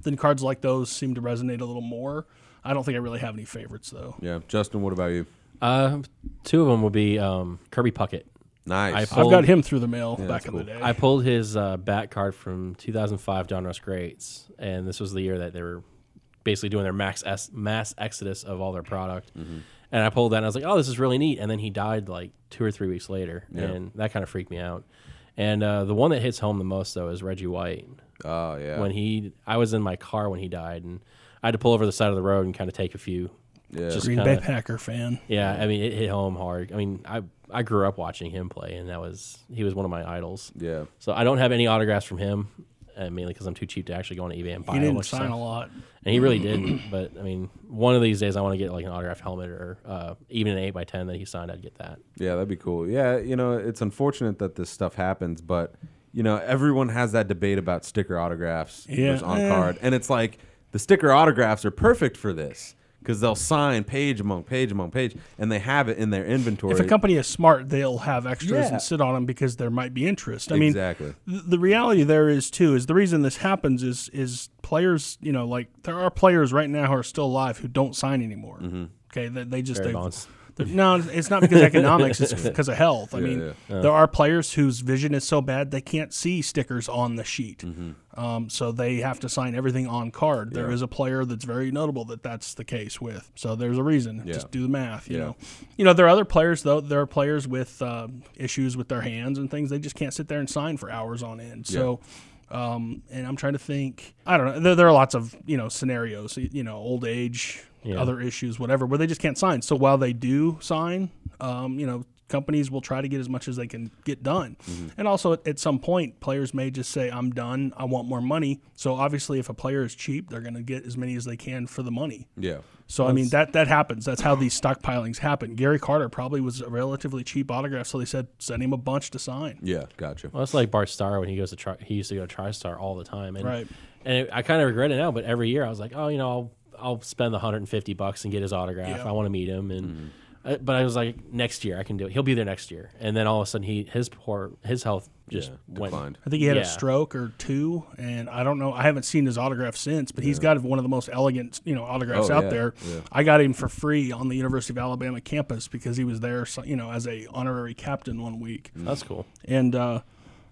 D: then cards like those seem to resonate a little more. I don't think I really have any favorites though.
A: yeah. Justin, what about you?
B: Uh, two of them would be um, Kirby Puckett. I
A: Nice.
B: pulled-
D: I've got him through the mail
A: that's
D: back in the
A: cool.
D: day.
B: I pulled his uh, bat card from 2005 John Russ Greats, and this was the year that they were basically doing their max es- mass exodus of all their product. And I pulled that, and I was like, "Oh, this is really neat." And then he died like two or three weeks later, and that kind of freaked me out. And uh, the one that hits home the most though is Reggie White.
A: Oh, yeah.
B: When he, I was in my car when he died, and I had to pull over the side of the road and kind of take a few.
A: Yeah.
B: Just
D: Green
B: kinda,
D: Bay Packer fan.
B: yeah, I mean, it hit home hard. I mean, I I grew up watching him play, and that was he was one of my idols.
A: Yeah.
B: So I don't have any autographs from him, uh, mainly because I'm too cheap to actually go on eBay and buy
D: He
B: a
D: didn't
B: bunch of
D: sign
B: stuff.
D: a lot.
B: And he really didn't. But I mean, one of these days I want to get like an autographed helmet or uh, even an eight by ten that he signed. I'd get that.
A: Yeah, that'd be cool. Yeah, you know, it's unfortunate that this stuff happens, but you know, everyone has that debate about sticker autographs
D: Yeah.
A: versus on
D: Eh.
A: card, and it's like the sticker autographs are perfect for this because they'll sign page among page among page, and they have it in their inventory.
D: If a company is smart, they'll have extras
A: Yeah.
D: and sit on them because there might be interest. I mean,
A: exactly.
D: th- the reality there is too is the reason this happens is is players you know like there are players right now who are still alive who don't sign anymore
A: Mm-hmm.
D: okay they, they just
B: Barry
D: they,
B: Bonds.
D: they're- no it's not because of economics it's because of health i mean
A: yeah.
D: there are players whose vision is so bad they can't see stickers on the sheet
A: Mm-hmm.
D: um, so they have to sign everything on card There is a player that's very notable that that's the case with so there's a reason just do the math you
A: Yeah.
D: know you know there are other players um, though there are players with uh, issues with their hands and things they just can't sit there and sign for hours on end so Um, and I'm trying to think. I don't know. There, there are lots of you know scenarios. You know, old age,
B: Yeah.
D: other issues, whatever, where they just can't sign. So while they do sign, um, you know, companies will try to get as much as they can get done. And also, at, at some point, players may just say, "I'm done. I want more money." So obviously, if a player is cheap, they're going to get as many as they can for the money.
A: Yeah.
D: So I mean that that happens. That's how these stockpilings happen. Gary Carter probably was a relatively cheap autograph, so they said send him a bunch to sign.
A: Yeah. Gotcha.
B: Well, it's like Bart Starr when he goes to tri- he used to go to TriStar all the time, and
D: Right.
B: and it, I kind of regret it now. But every year I was like, oh, you know, I'll I'll spend the hundred and fifty bucks and get his autograph.
D: Yeah.
B: I want to meet him, and
A: Mm-hmm.
B: uh, but I was like, next year I can do it. He'll be there next year, and then all of a sudden he his poor his health just
A: yeah.
B: went.
A: Declined.
D: I think he had
B: Yeah.
D: a stroke or two, and I don't know. I haven't seen his autograph since, but he's got one of the most elegant, you know, autographs
A: Oh,
D: out
A: yeah,
D: there.
A: yeah.
D: I got him for free on the University of Alabama campus because he was there, so- you know, as a honorary captain one week,
B: That's cool.
D: and uh,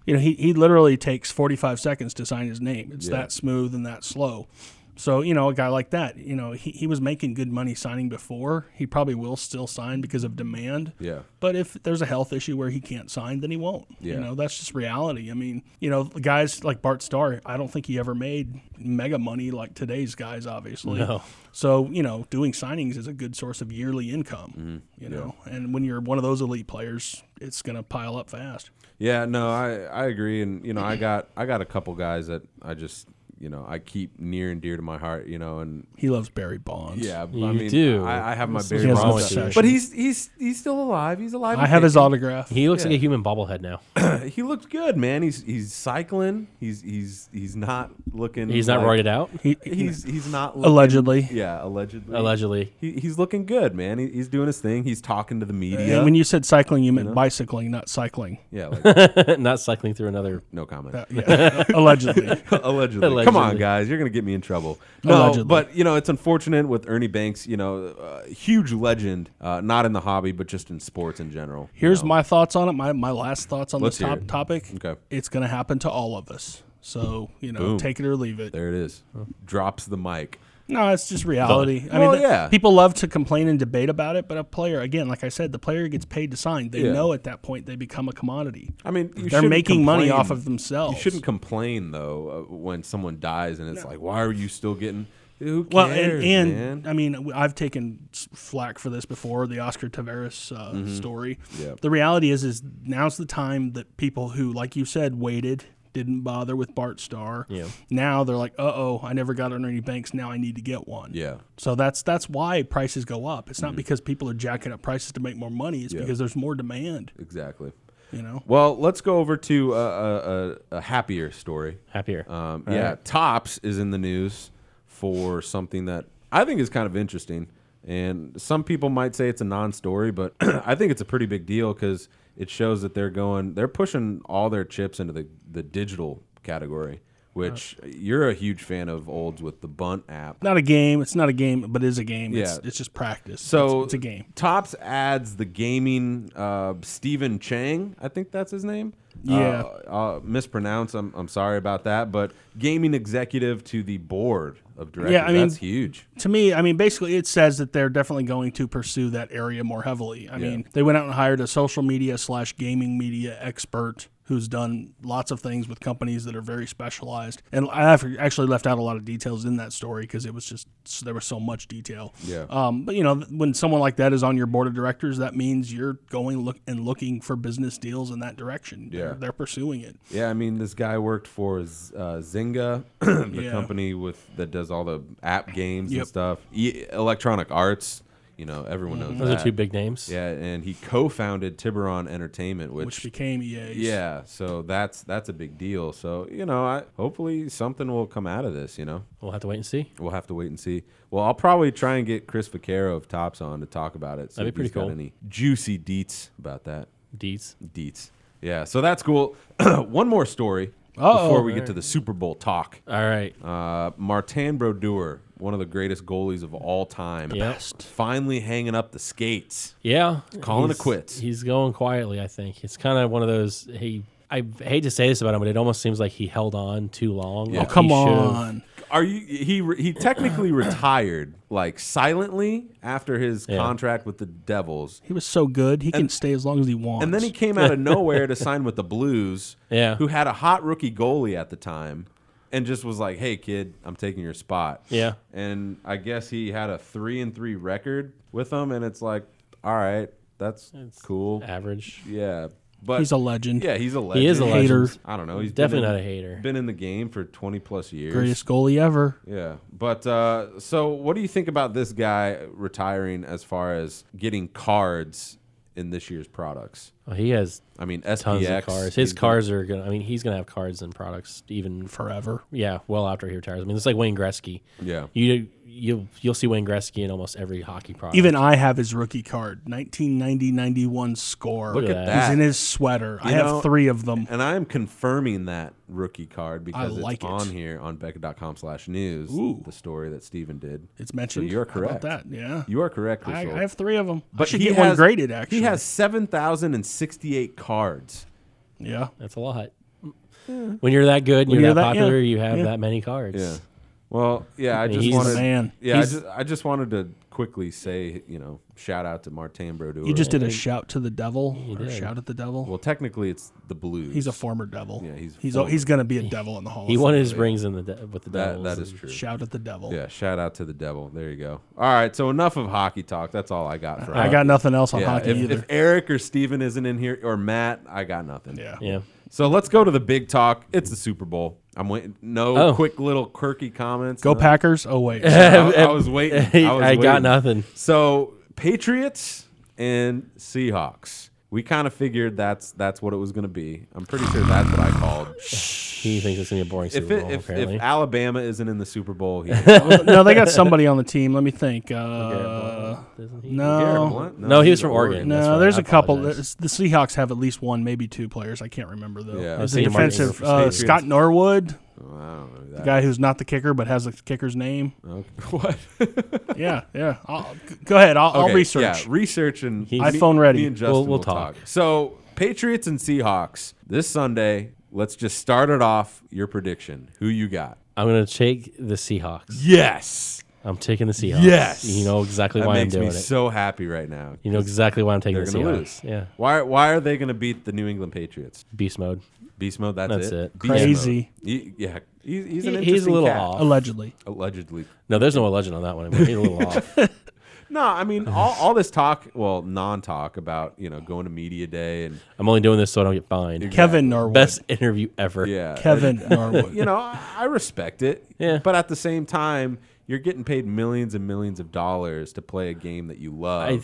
D: you know, he he literally takes forty five seconds to sign his name. It's
A: Yeah.
D: that smooth and that slow. So you know, a guy like that, you know, he, he was making good money signing before. He probably will still sign because of demand.
A: Yeah.
D: But if there's a health issue where he can't sign, then he won't.
A: Yeah.
D: You know, that's just reality. I mean, you know, guys like Bart Starr, I don't think he ever made mega money like today's guys, obviously.
B: No.
D: So, you know, doing signings is a good source of yearly income,
A: Mm-hmm.
D: you know, and when you're one of those elite players, it's going to pile up fast.
A: Yeah, no, I, I agree, and you know, I got I got a couple guys that I just you know I keep near and dear to my heart, you know, and
D: He loves Barry Bonds.
A: yeah, b- I
B: You
A: mean,
B: do.
A: I, I have my
B: This
A: Barry
B: is
D: wrong
A: Bonds,
D: with
A: stuff.
D: you.
A: but he's he's he's still alive. He's alive.
D: I
A: and
D: have his
A: kicking.
D: autograph.
B: He looks
A: Yeah.
B: like a human bobblehead now.
A: He looks good, man. He's he's cycling. He's he's he's not looking.
B: He's not
A: like, [laughs]
B: roided out,
D: He,
A: He's he's not. Looking,
D: allegedly.
A: yeah, allegedly.
B: allegedly. [laughs]
A: He, he's looking good, man. He, he's doing his thing. He's talking to the media.
D: And when you said cycling, you meant bicycling, not cycling.
A: yeah, like, [laughs]
B: not cycling through another.
A: no comment. [laughs]
D: Uh, yeah, allegedly.
A: allegedly. Come on,
B: Allegedly.
A: guys, you're gonna get me in trouble. No,
D: Allegedly.
A: but you know it's unfortunate with Ernie Banks. You know, uh, huge legend, uh, not in the hobby, but just in sports in general. you
D: Here's
A: know?
D: my thoughts on it. My my last thoughts on
A: Let's
D: this
A: hear
D: top
A: it.
D: topic.
A: Okay.
D: It's going to happen to all of us. So, you know, take it or leave it.
A: There it is. Drops the mic.
D: No, it's just reality. I
A: Well,
D: mean, the-
A: yeah.
D: people love to complain and debate about it, but a player, again, like I said, the player gets paid to sign. They
A: Yeah.
D: know at that point they become a commodity.
A: I mean, you
D: They're
A: shouldn't
D: making money
A: complain.
D: off of themselves.
A: You shouldn't complain though uh, when someone dies and it's like, why are you still getting? Who cares,
D: Well, and, and
A: man?
D: I mean, w- I've taken s- flack for this before the Oscar Tavares uh,
A: Mm-hmm.
D: story.
A: Yeah.
D: The reality is, is now's the time that people who, like you said, waited didn't bother with Bart Starr.
B: Yeah.
D: Now they're like, uh oh, I never got on any banks. Now I need to get one.
A: yeah, Mm-hmm.
D: So that's that's why prices go up. It's not because people are jacking up prices to make more money. It's
A: Yeah.
D: because there's more demand.
A: exactly.
D: You know.
A: Well, let's go over to uh, a, a, a happier story.
B: Happier.
A: Um, yeah, Tops is in the news for something that I think is kind of interesting, and some people might say it's a non-story, but [clears throat] I think it's a pretty big deal because it shows that they're going, they're pushing all their chips into the the digital category, which uh, you're a huge fan of Olds with the Bunt app.
D: Not a game. It's not a game, but it is a game. It's,
A: Yeah.
D: it's just practice.
A: So
D: it's, it's a game.
A: Tops adds the gaming uh, Stephen Chang, I think that's his name.
D: Yeah.
A: uh, uh, mispronounce. I'm I'm sorry about that, but gaming executive to the board of directors.
D: I mean-
A: that's huge.
D: to me, I mean, basically, it says that they're definitely going to pursue that area more heavily. I
A: Yeah.
D: mean, they went out and hired a social media slash gaming media expert who's done lots of things with companies that are very specialized. And I have- actually left out a lot of details in that story because it was just there was so much detail.
A: Yeah.
D: Um, but you know, when someone like that is on your board of directors, that means you're going look and looking for business deals in that direction.
A: Yeah.
D: They're, they're pursuing it.
A: Yeah, I mean, this guy worked for Z- uh, Zynga, [clears throat] the
D: Yeah.
A: company with that does all the app games
D: Yep.
A: and stuff. E- Electronic Arts, you know, everyone
D: Mm-hmm.
A: knows
B: Those
A: that.
B: are two big names.
A: Yeah, and he co-founded Tiburon Entertainment,
D: Which became E EA's.
A: Yeah, so that's that's a big deal. So you know, I hopefully something will come out of this. You know,
B: We'll have to wait and see.
A: we'll have to wait and see. Well, I'll probably try and get Chris Vaccaro of Tops on to talk about it. So
B: That'd be
A: if he's
B: pretty
A: got
B: cool.
A: any juicy deets about that?
B: Deeds.
A: Deets. Yeah, so that's cool. [clears throat] One more story
D: Uh-oh.
A: before we get to the Super Bowl talk.
B: All right.
A: Uh, Martin Brodeur, one of the greatest goalies of all time,
B: Yep.
A: finally hanging up the skates.
B: Yeah,
A: calling it
B: He's-
A: quits.
B: He's going quietly. I think it's kind of one of those. He, I hate to say this about him, but it almost seems like he held on too long.
A: Yeah.
B: Like
A: Oh,
B: he
D: Come
B: should've-
D: on.
A: are you? He re- he technically retired like silently after his contract with the Devils,
D: He was so good. He can stay as long as he wants.
A: and then he came
B: [laughs]
A: out of nowhere to sign with the Blues,
B: Yeah.
A: who had a hot rookie goalie at the time, and just was like, "Hey kid, I'm taking your spot."
B: Yeah.
A: and I guess he had a three and three record with them, and it's like, all right, that's cool,
B: Average.
A: yeah, but
D: he's a legend.
A: yeah, he's a legend.
B: He is a legend.
D: Hater.
A: I don't know. He's been
B: Definitely
A: in-
B: not a hater.
A: Been in the game for 20 plus years.
D: Greatest goalie ever.
A: Yeah. But uh, so what do you think about this guy retiring as far as getting cards in this year's products?
B: Well, he has
A: I mean, SPX.
B: tons of cars. His
A: he's gonna-
B: cars are gonna. I mean, he's gonna have cards and products even for
D: Forever.
B: yeah, well after he retires. I mean, it's like Wayne Gretzky.
A: Yeah.
B: You you you'll see Wayne Gretzky in almost every hockey product.
D: Even I have his rookie card, 1990-91 score.
A: Look
B: Look
A: at
B: at
A: that.
D: He's in his sweater. I
A: You
D: have
A: know,
D: three of them.
A: and I am confirming that rookie card because it's
D: like it.
A: on here on Becca.com slash news,
D: Ooh.
A: the story that Steven did.
D: It's mentioned.
A: So you're
D: How
A: correct.
D: about that? Yeah.
A: You are correct, Chris.
D: I,
A: Holt.
D: I have three of them. I should
A: he
D: get one
A: has-
D: graded, actually.
A: He has 7,068 cards.
D: Yeah.
B: That's a lot. When you're that good and
D: When
B: you're,
D: you're
B: that,
D: that- yeah,
B: popular, you have
D: yeah.
B: that many cards.
A: Yeah. Well, yeah, I
B: mean,
A: just
B: he's-
A: wanted,
B: He's a
D: man.
A: Yeah, I
D: He's-
A: just, I just wanted to quickly say, you know, shout out to Martin Brodeur.
D: You just did a shout to the devil. Or
B: did.
D: shout at the devil.
A: Well, technically, it's the Blues.
D: he's a former devil.
A: Yeah, he's
D: he's
A: former.
D: he's gonna be a devil in the hall.
B: He
D: of
B: won
D: Fame.
B: his rings in the de- with the
A: that
B: Devils.
A: that is
B: and-
A: true.
D: Shout at the devil.
A: Yeah, shout out to the devil. There you go. All right, so enough of hockey talk. That's all I got for.
D: I
A: hockey.
D: got nothing else on
A: Yeah,
D: hockey
A: if, [laughs]
D: either.
A: if Eric or Steven isn't in here or Matt, I got nothing.
D: yeah.
B: Yeah.
A: So let's go to the big talk. It's the Super Bowl. I'm waiting. No
B: Oh.
A: quick little quirky comments.
D: Go
A: No.
D: Packers.
A: [laughs]
D: Oh wait.
A: I,
B: [laughs]
A: I was waiting. I, was
B: I got
A: waiting.
B: nothing.
A: So Patriots and Seahawks. We kind of figured that's that's what it was going to be. I'm pretty sure that's what I called.
B: He thinks it's gonna be a boring
A: If
B: Super
A: it,
B: Bowl.
A: if,
B: apparently,
A: if Alabama isn't in the Super Bowl, [laughs] he
D: no, they got somebody on the team. Let me think.
B: Blunt,
D: Uh,
B: doesn't he?
A: Garrett
D: no,
A: Blunt?
B: No, he
A: he's
B: was from
A: an
B: Oregon. That's
D: no.
B: right.
D: There's
B: I
D: a couple.
B: apologize.
D: The Seahawks have at least one, maybe two players. I can't remember though.
A: Yeah.
D: There's
B: I'd say
D: a
B: DeMarcus
D: defensive
B: Cousins.
D: uh,
B: Patriots.
D: Scott Norwood,
A: Oh, I don't know
D: the
A: that.
D: guy who's not the kicker but has the kicker's name.
A: Okay. [laughs] What?
D: Yeah, yeah. I'll, g- go ahead. I'll,
A: Okay,
D: I'll research.
A: Yeah, research and
B: He's-
A: me-
D: iPhone ready.
A: Me and Justin
B: We'll- we'll
A: will talk.
B: talk.
A: So Patriots and Seahawks this Sunday. Let's just start it off. Your prediction. Who you got?
B: I'm gonna take the Seahawks.
A: Yes.
B: I'm taking the Seahawks.
A: Yes.
B: You know exactly
A: That
B: why I'm
A: makes
B: doing
A: me
B: it.
A: so happy right now.
B: you know exactly why I'm taking
A: They're
B: the
A: going to
B: Seahawks.
A: lose.
B: Yeah.
A: Why? Why are they going to beat the New England Patriots?
B: Beast mode.
A: Beast mode. That's,
B: That's
A: it.
B: it.
A: Beast mode.
D: Crazy.
A: He- yeah, he's, he's an
B: He- he's
A: interesting
B: a little
A: cat.
B: off.
D: Allegedly,
A: Allegedly.
B: No, there's no legend on that one. anymore. He's a
D: [laughs]
B: little off.
A: No, I
B: [laughs]
A: mean all, all this talk, well, non-talk about you know going to media day and
B: I'm only doing this so I don't get fined.
D: Kevin Norwood.
B: Best interview ever.
A: yeah,
D: Kevin
A: [laughs]
D: Norwood.
A: You know, I I respect it.
B: [laughs] Yeah.
A: But at the same time, you're getting paid millions and millions of dollars to play a game that you love.
B: I, th-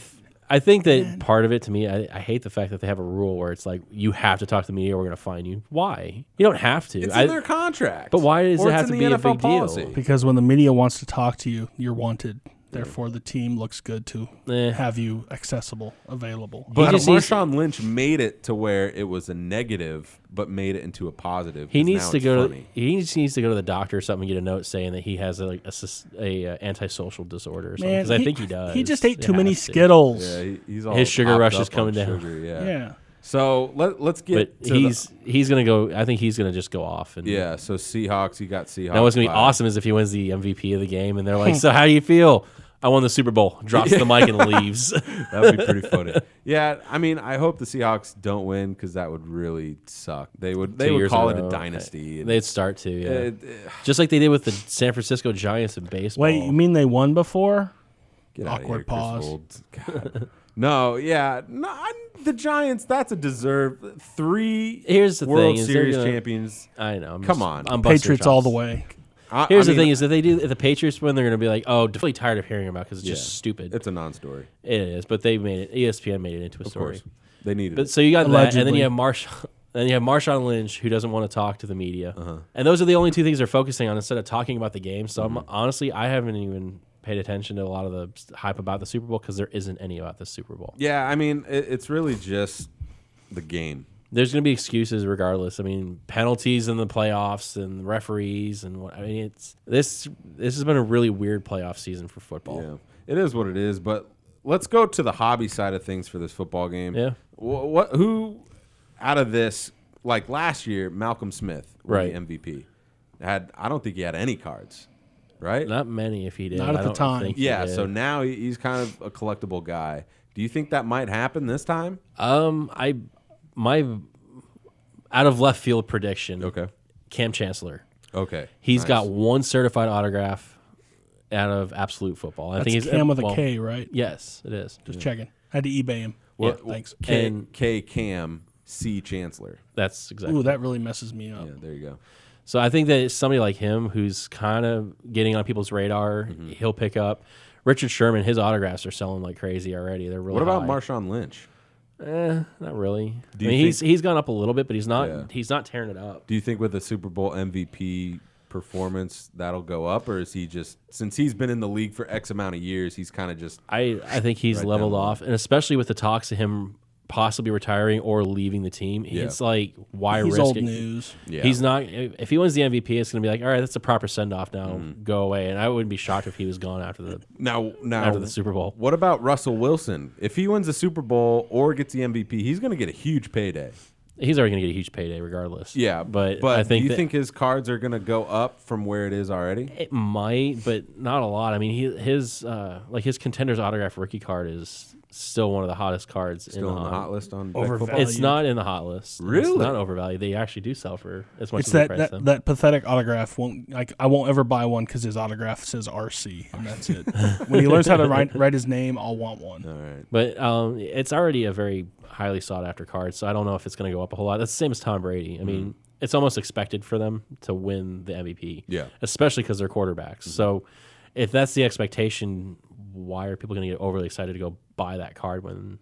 B: I think that part of it to me, I, I hate the fact that they have a rule where it's like you have to talk to the media or we're going to fine you. Why? You don't have to.
A: it's
B: I-
A: in their contract.
B: but why does
A: Or
B: it
A: it's
B: have
A: in the
B: to be a
A: NFL
B: big
A: policy.
B: deal?
D: Because when the media wants to talk to you, you're wanted. Therefore, the team looks good to
B: Eh.
D: have you accessible, available.
A: But
B: just needs-
A: Marshawn Lynch made it to where it was a negative, but made it into a positive.
B: he
A: 'cause
B: needs
A: now
B: to
A: it's
B: go.
A: funny.
B: To, he just needs to go to the doctor or something, and get a note saying that he has a, like, a, sus- a, uh antisocial disorder or something. Because I think he does.
D: He just ate
B: He
D: too many
B: has to.
D: Skittles.
A: Yeah,
D: Yeah.
A: he- he's all
B: His sugar
A: popped
B: rush
A: up
B: is coming
A: on
B: down.
A: sugar, yeah. So let let's
B: But
A: get. to the-
B: he's he's gonna go. I think he's gonna just go off. And
A: yeah. So Seahawks, you got Seahawks.
B: Now what's gonna be
A: by.
B: awesome is if he wins the MVP of the game, and they're
D: [laughs]
B: like, "So how do you feel?" I won the Super Bowl. Drops the
A: [laughs]
B: mic and leaves. [laughs]
A: That would be pretty funny. Yeah, I mean, I hope the Seahawks don't win because that would really suck. They would they
B: Two
A: would
B: years in
A: call
B: a
A: it a
B: row.
A: dynasty. and-
B: They'd start to, yeah.
A: It- it-
B: Just like they did with the San Francisco Giants in baseball.
D: Wait, you mean they won before?
A: Get outta
D: Awkward
A: Chris
D: pause.
A: Olds. God. no, yeah, no, I'm- the Giants. That's a deserved three.
B: Here's the
A: World
B: thing, is they're
A: Series
B: gonna-
A: champions.
B: I know. I'm
A: Come
B: just-
A: on.
B: I'm busting
D: Patriots
B: chops.
D: all the way.
A: I-
B: Here's
A: I
B: the
A: mean,
B: thing: is if they do if the Patriots win, they're going to be like, "Oh, definitely tired of hearing about because it's
A: Yeah.
B: just stupid."
A: it's a non-story.
B: it is, but they made it. E ESPN made it into a
A: Of
B: story.
A: course, they needed.
B: But
A: it.
B: so you got that, and then
D: Allegedly.
B: you have Marshawn, [laughs] then you have Marshawn Lynch who doesn't want to talk to the media,
A: Uh-huh.
B: and those are the only two things they're focusing on instead of talking about the game. So
A: Mm-hmm.
B: I'm, honestly, I haven't even paid attention to a lot of the hype about the Super Bowl because there isn't any about the Super Bowl.
A: yeah, I mean, it, it's really just the game.
B: there's going to be excuses regardless. I mean, penalties in the playoffs and referees and what. I mean, it's this. This has been a really weird playoff season for football.
A: Yeah, it is what it is. But let's go to the hobby side of things for this football game.
B: Yeah.
A: Wh- What? Who? Out of this, like last year, Malcolm Smith, won
B: Right.
A: the MVP, had I don't think he had any cards. right?
B: Not many if he did.
D: Not at
B: I
D: the
B: don't
D: time.
B: think he
A: yeah.
B: did.
A: So now he- he's kind of a collectible guy. Do you think that might happen this time?
B: um, I my out of left field prediction.
A: Okay.
B: Cam Chancellor.
A: Okay.
B: He's
A: He's
B: got one certified autograph out of absolute football. I
D: That's
B: think he's
D: Cam with a K,
B: well,
D: right?
B: Yes, it is.
D: Just checking. Had to eBay him.
A: Well,
D: yeah, thanks.
A: K,
B: And-
A: K Cam C Chancellor.
B: That's exactly.
D: Ooh, that really messes me up.
A: Yeah, there you go.
B: So I think that it's somebody like him who's kind of getting on people's radar,
A: Mm-hmm.
B: he'll pick up. Richard Sherman, his autographs are selling like crazy already. They're really
A: What about
B: high.
A: Marshawn Lynch?
B: Eh, not really.
A: Do you
B: I mean,
A: think-
B: he's he's gone up a little bit, but he's not
A: Yeah.
B: he's not tearing it up.
A: Do you think with a Super Bowl MVP performance that'll go up, or is he just since he's been in the league for X amount of years, he's kind of just
B: I, I think he's
A: Right
B: leveled
A: down the
B: off, and especially with the talks of him possibly retiring or leaving the team, it's like why
D: He's
B: risk
D: old
B: it?
D: news.
A: yeah.
B: He's not. If he wins the MVP, it's going to be like, all right, that's a proper send off now.
A: Mm-hmm.
B: Go away. And I wouldn't be shocked if he was gone after the
A: now now
B: after the Super Bowl.
A: What about Russell Wilson? If he wins the Super Bowl or gets the MVP, he's going to get a huge payday.
B: He's already going to get a huge payday regardless.
A: Yeah,
B: but
A: but
B: I think
A: do you
B: that
A: think his cards are going to go up from where it is already?
B: it might, but not a lot. I mean, he, his uh, like his contenders autograph rookie card is still one of the hottest cards.
A: Still
B: in
A: on the hot list on Beck
D: Overvalued.
A: football?
B: It's not in the hot list.
A: Really?
B: it's not overvalued. They actually do sell for as much
D: It's
B: as they
D: that,
B: price
D: that,
B: them.
D: that pathetic autograph won't like I won't ever buy one because his autograph says RC and
B: [laughs]
D: that's it. when he learns how to write write his name, I'll want one.
A: All right.
B: But um, it's already a very highly sought after card, so I don't know if it's going to go up a whole lot. That's the same as Tom Brady. I
A: Mm-hmm.
B: mean, it's almost expected for them to win the MVP.
A: Yeah. Mm-hmm.
B: Especially because they're quarterbacks. So if that's the expectation, why are people going to get overly excited to go buy that card when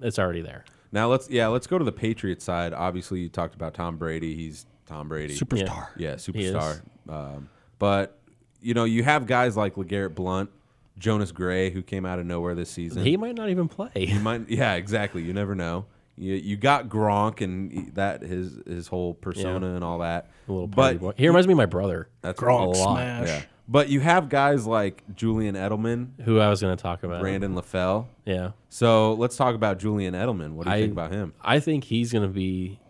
B: it's already there?
A: Now let's yeah, let's go to the Patriots side. Obviously, you talked about Tom Brady. He's Tom Brady.
D: Superstar.
A: Yeah,
B: is.
A: superstar. Um, but you know, you have guys like Legarrette Blunt, Jonas Gray, who came out of nowhere this season.
B: He might not even play. [laughs]
A: You might- yeah, exactly. You never know. You, you got Gronk and he- that his his whole persona and all that.
B: A little party
A: but
B: boy. He reminds me of my brother,
A: that's
D: Gronk
B: A lot,
D: smash.
A: Yeah. But you have guys like Julian Edelman,
B: who I was going to talk about.
A: Brandon LaFell.
B: Yeah.
A: So let's talk about Julian Edelman. What do you
B: I-
A: think about him?
B: I think he's going to be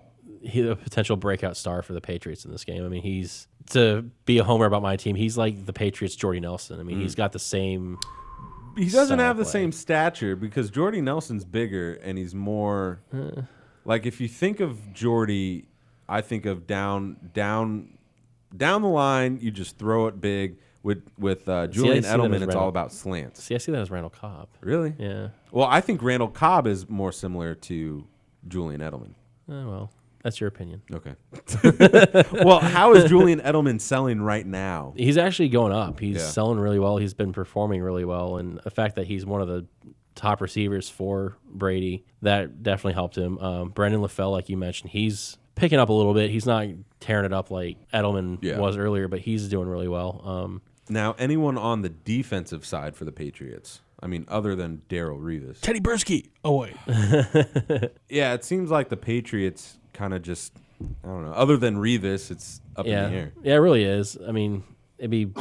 B: he, a potential breakout star for the Patriots in this game. I mean, he's to be a homer about my team. He's like the Patriots' Jordy Nelson. I mean,
A: Mm.
B: he's got the same.
A: He doesn't
B: style
A: have the
B: play.
A: same stature because Jordy Nelson's bigger and he's more like if you think of Jordy, I think of down down down the line. You just throw it big with with uh, Julian
B: see that as
A: Edelman. It's
B: Randall.
A: all about slants.
B: See, I see that as Randall Cobb.
A: Really?
B: Yeah.
A: Well, I think Randall Cobb is more similar to Julian Edelman.
B: Oh, well, that's your opinion.
A: Okay. [laughs] well, how
B: [laughs]
A: is Julian Edelman selling right now?
B: He's actually going up. He's
A: Yeah.
B: selling really well. He's been performing really well, and the fact that he's one of the top receivers for Brady that definitely helped him. Um, Brandon LaFell, like you mentioned, he's picking up a little bit. He's not tearing it up like Edelman
A: Yeah.
B: was earlier, but he's doing really well. Um,
A: Now, anyone on the defensive side for the Patriots? I mean, other than Daryl Revis.
D: Teddy Bruschi. Oh wait,
A: Yeah, it seems like the Patriots kind of just I don't know. Other than Revis, it's up
B: yeah,
A: in the air.
B: yeah, it really is. I mean, it'd be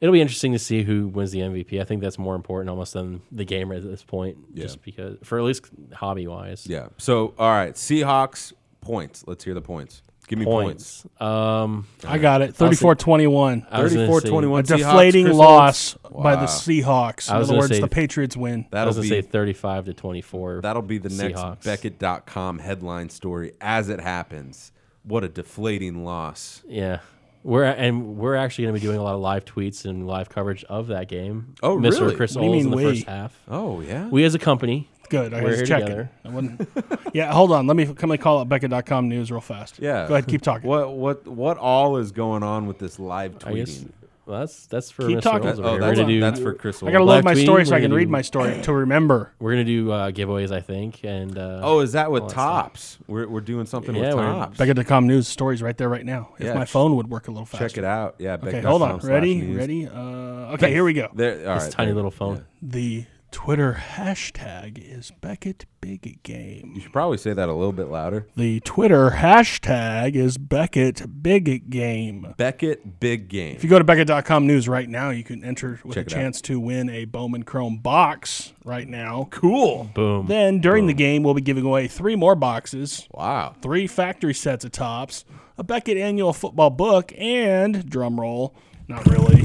B: it'll be interesting to see who wins the MVP. I think that's more important almost than the game at this point,
A: Yeah.
B: just because for at least hobby wise.
A: Yeah. So all right, Seahawks points. Let's hear the points. Give me points.
B: Points. Um,
D: I got it. 34-21.
B: I was gonna say-
A: 34-21
D: A
A: Seahawks,
D: deflating
A: Chris
D: loss
A: Olds.
D: by
A: Wow.
D: the Seahawks. In
B: I was
D: other
B: gonna
D: words,
B: say-
D: the Patriots win.
B: I was
A: That'll
B: gonna say
A: be
B: thirty-five to twenty-four.
A: that'll be the
B: Seahawks.
A: next Beckett.com headline story as it happens. What a deflating loss.
B: yeah. We're and we're actually going to be doing a lot of live tweets and live coverage of that game.
A: Oh,
B: Mr.
A: really?
B: Chris
D: What do you
B: Oles
D: mean
B: in the
D: we?
B: first half.
A: Oh yeah.
B: We as a company,
D: Good. I
B: We're
D: was
B: here
D: checking.
B: together.
D: I wasn't- [laughs] yeah, hold on. Let me come and call up Beckett.com news real fast.
A: yeah.
D: Go ahead. Keep talking.
A: What what what all is going on with this live tweeting?
B: I guess. Well, that's that's for
D: Keep
B: Mr.
D: talking.
B: Oles over
A: oh,
B: here. We're
A: that's,
B: gonna do
A: that's for Chris.
D: I gotta
A: Olave.
B: Live
D: load my
B: tweeting,
D: story so
B: we're
D: I can
B: gonna
D: read
B: do-
D: my story to remember.
B: we're gonna do uh, giveaways, I think, and uh,
A: Oh, is that with
B: that's
A: tops? We're, we're doing something
B: Yeah,
A: with
B: we're-
A: tops.
D: Beckett.com news stories right there, right now. If
A: Yeah,
D: my
A: ch-
D: phone would work a little faster.
A: Check it out. Yeah.
D: Okay,
A: Beck.com
D: hold on.
A: slash
D: Ready?
A: news.
D: Ready? Uh, okay, here we go.
A: There. All
B: this
A: right,
B: tiny
A: there.
B: little phone.
D: The Twitter hashtag is Beckett Big Game.
A: You should probably say that a little bit louder.
D: The Twitter hashtag is Beckett Big Game.
A: Beckett big game.
D: If you go to Beckett.com news right now, you can enter with
A: Check
D: a
A: it out.
D: chance to win a Bowman Chrome box right now. Cool.
B: Boom.
D: Then during the game, we'll be giving away three more boxes,
A: wow.
D: three factory sets of tops, a Beckett annual football book, and drum roll, not really,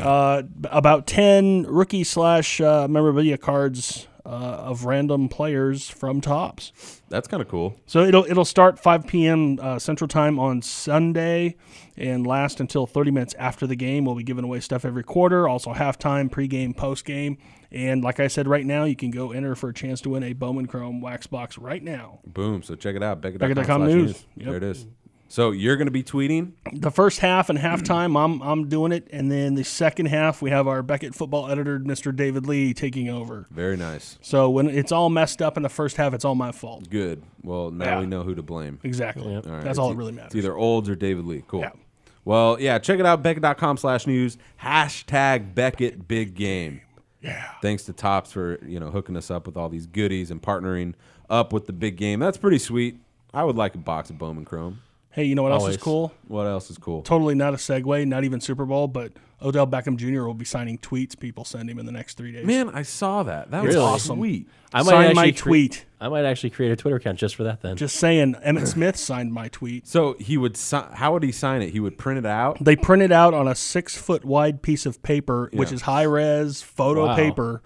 D: Uh, b- about 10 rookie slash uh, memorabilia cards uh, of random players from Tops.
A: That's kind of cool.
D: So it'll it'll start 5 p.m. Uh, Central Time on Sunday, and last until 30 minutes after the game. We'll be giving away stuff every quarter, also halftime, pregame, postgame, and like I said, right now you can go enter for a chance to win a Bowman Chrome wax box right now.
A: Boom. So check it out.
D: Beckett.com
A: Beckett.com news.
D: news.
A: news.
D: Yep.
A: There it is. So you're going to be tweeting.
D: The first half and halftime, I'm I'm doing it, and then the second half we have our Beckett football editor, Mr. David Lee, taking over.
A: Very nice.
D: So when it's all messed up in the first half, it's all my fault.
A: Good. Well, now
D: Yeah.
A: we know who to blame.
D: Exactly.
B: Yep. All
A: right.
D: That's
A: It's
D: all
A: e-
D: that really matters.
A: It's either Olds or David Lee. Cool.
D: Yeah.
A: Well, yeah, check it out, Beckett.com slash news. Hashtag Beckett Big Game.
D: Yeah.
A: Thanks to Tops for, you know, hooking us up with all these goodies and partnering up with the big game. That's pretty sweet. I would like a box of Bowman Chrome.
D: Hey, you know what else
B: Always.
D: is cool?
A: What else is cool?
D: totally not a segue, not even Super Bowl, but Odell Beckham Jr. will be signing tweets people send him in the next three days.
A: Man, I saw that. That was
B: Really?
A: awesome. sweet.
B: I
D: Sign my
B: actually cre-
D: tweet.
B: I might actually create a Twitter account just for that. Then
D: Just saying, Emmett Smith signed my tweet.
A: So he would, si- how would he sign it? He would print it out.
D: They print it out on a six foot wide piece of paper, which
A: Yeah.
D: is high res photo
B: Wow.
D: paper.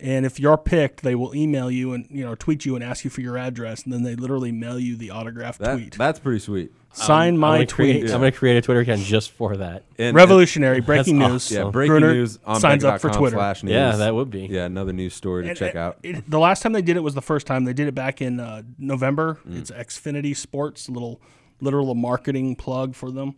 D: And if you're picked, they will email you and you know tweet you and ask you for your address, and then they literally mail you the autographed
A: That,
D: tweet.
A: That's pretty sweet. Um,
D: Sign
B: I'm
D: my
B: gonna create-
D: tweet.
B: I'm going to create a Twitter account just for that.
A: And,
D: Revolutionary breaking
B: That's
D: news.
B: awesome.
A: yeah, breaking
D: Gruner
A: news on
D: signs up for
A: Beckett.com
D: Twitter.
A: Slash news.
B: Yeah, that would be.
A: Yeah, another news story to
D: And,
A: check
D: uh,
A: out.
D: it- the last time they did it was the first time they did it back in uh, November.
A: Mm.
D: It's Xfinity Sports, a little literal marketing plug for them.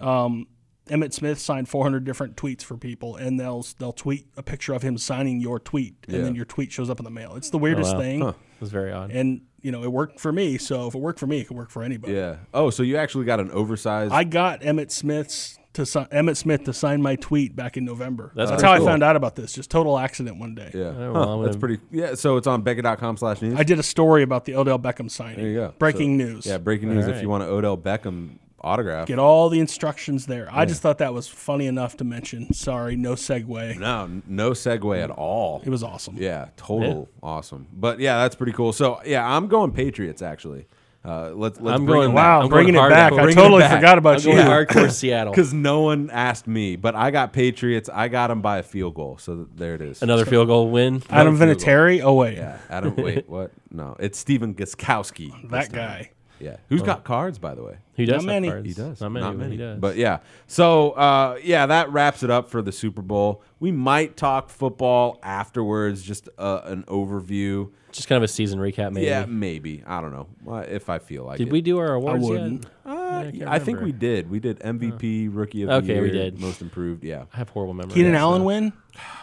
D: Um, Emmett Smith signed 400 different tweets for people, and they'll they'll tweet a picture of him signing your tweet, and
A: Yeah. Oh,
D: then your tweet shows up in the mail. It's the weirdest
B: wow.
D: thing,
B: It was very odd.
D: and you know it worked for me. So if it worked for me, it could work for anybody.
A: Yeah. Oh, so you actually got an oversized.
D: I got Emmett Smith's to si- Emmett Smith to sign my tweet back in November.
B: That's
D: That's,
B: pretty
D: how
B: cool.
D: I found out about this. Just total accident one day.
A: yeah.
B: Oh, well,
A: Huh,
B: I'm
A: that's
B: gonna-
A: pretty. Yeah. So it's on Becca.com slash news.
D: I did a story about the Odell Beckham signing.
A: There you go.
D: Breaking
A: So-
D: news.
A: Yeah, breaking news. If
B: right.
A: you want an Odell Beckham autograph.
D: Get all the instructions there. I just thought that was funny enough to mention. Sorry, no segue.
A: no, n- no segue at all.
D: It was awesome.
A: Yeah, total awesome. But yeah, that's pretty cool. So yeah, I'm going Patriots actually. Uh, let's let's
B: I'm
A: bring
B: going-
A: it
D: Wow,
A: back.
B: I'm going
D: bringing it
B: hard
D: back.
B: now.
D: I
B: Bringing
D: totally
A: it back.
D: forgot
B: I'm
D: about you.
B: going hardcore
D: [laughs]
B: Seattle.
A: because no one asked me, but I got Patriots. I got them by a field goal. So there it is.
B: Another field goal win.
D: Adam
A: Another field
D: Vinatieri. Oh wait,
A: Yeah,
B: [laughs]
A: Adam. wait, what? No, it's Steven Gaskowski.
D: that guy.
A: Yeah, who's got cards by the way?
B: Oh. He does
D: Not
B: have
D: many.
B: cards.
A: He does.
B: Not many. but He does.
A: But yeah. So uh, yeah, that wraps it up for the Super Bowl. We might talk football afterwards, just uh, an overview.
B: just kind of a season recap, maybe.
A: Yeah, maybe. I don't know Well, if I feel like
B: Did
A: it.
B: we do our awards
D: wouldn't.
B: yet?
A: Uh,
B: I
A: I,
B: can't
A: think
B: remember.
A: we did. We did MVP, Rookie of the
B: Okay,
A: Year,
B: we did.
A: Most Improved. Yeah.
B: I have horrible memories.
D: Keenan
B: so-
D: Allen win?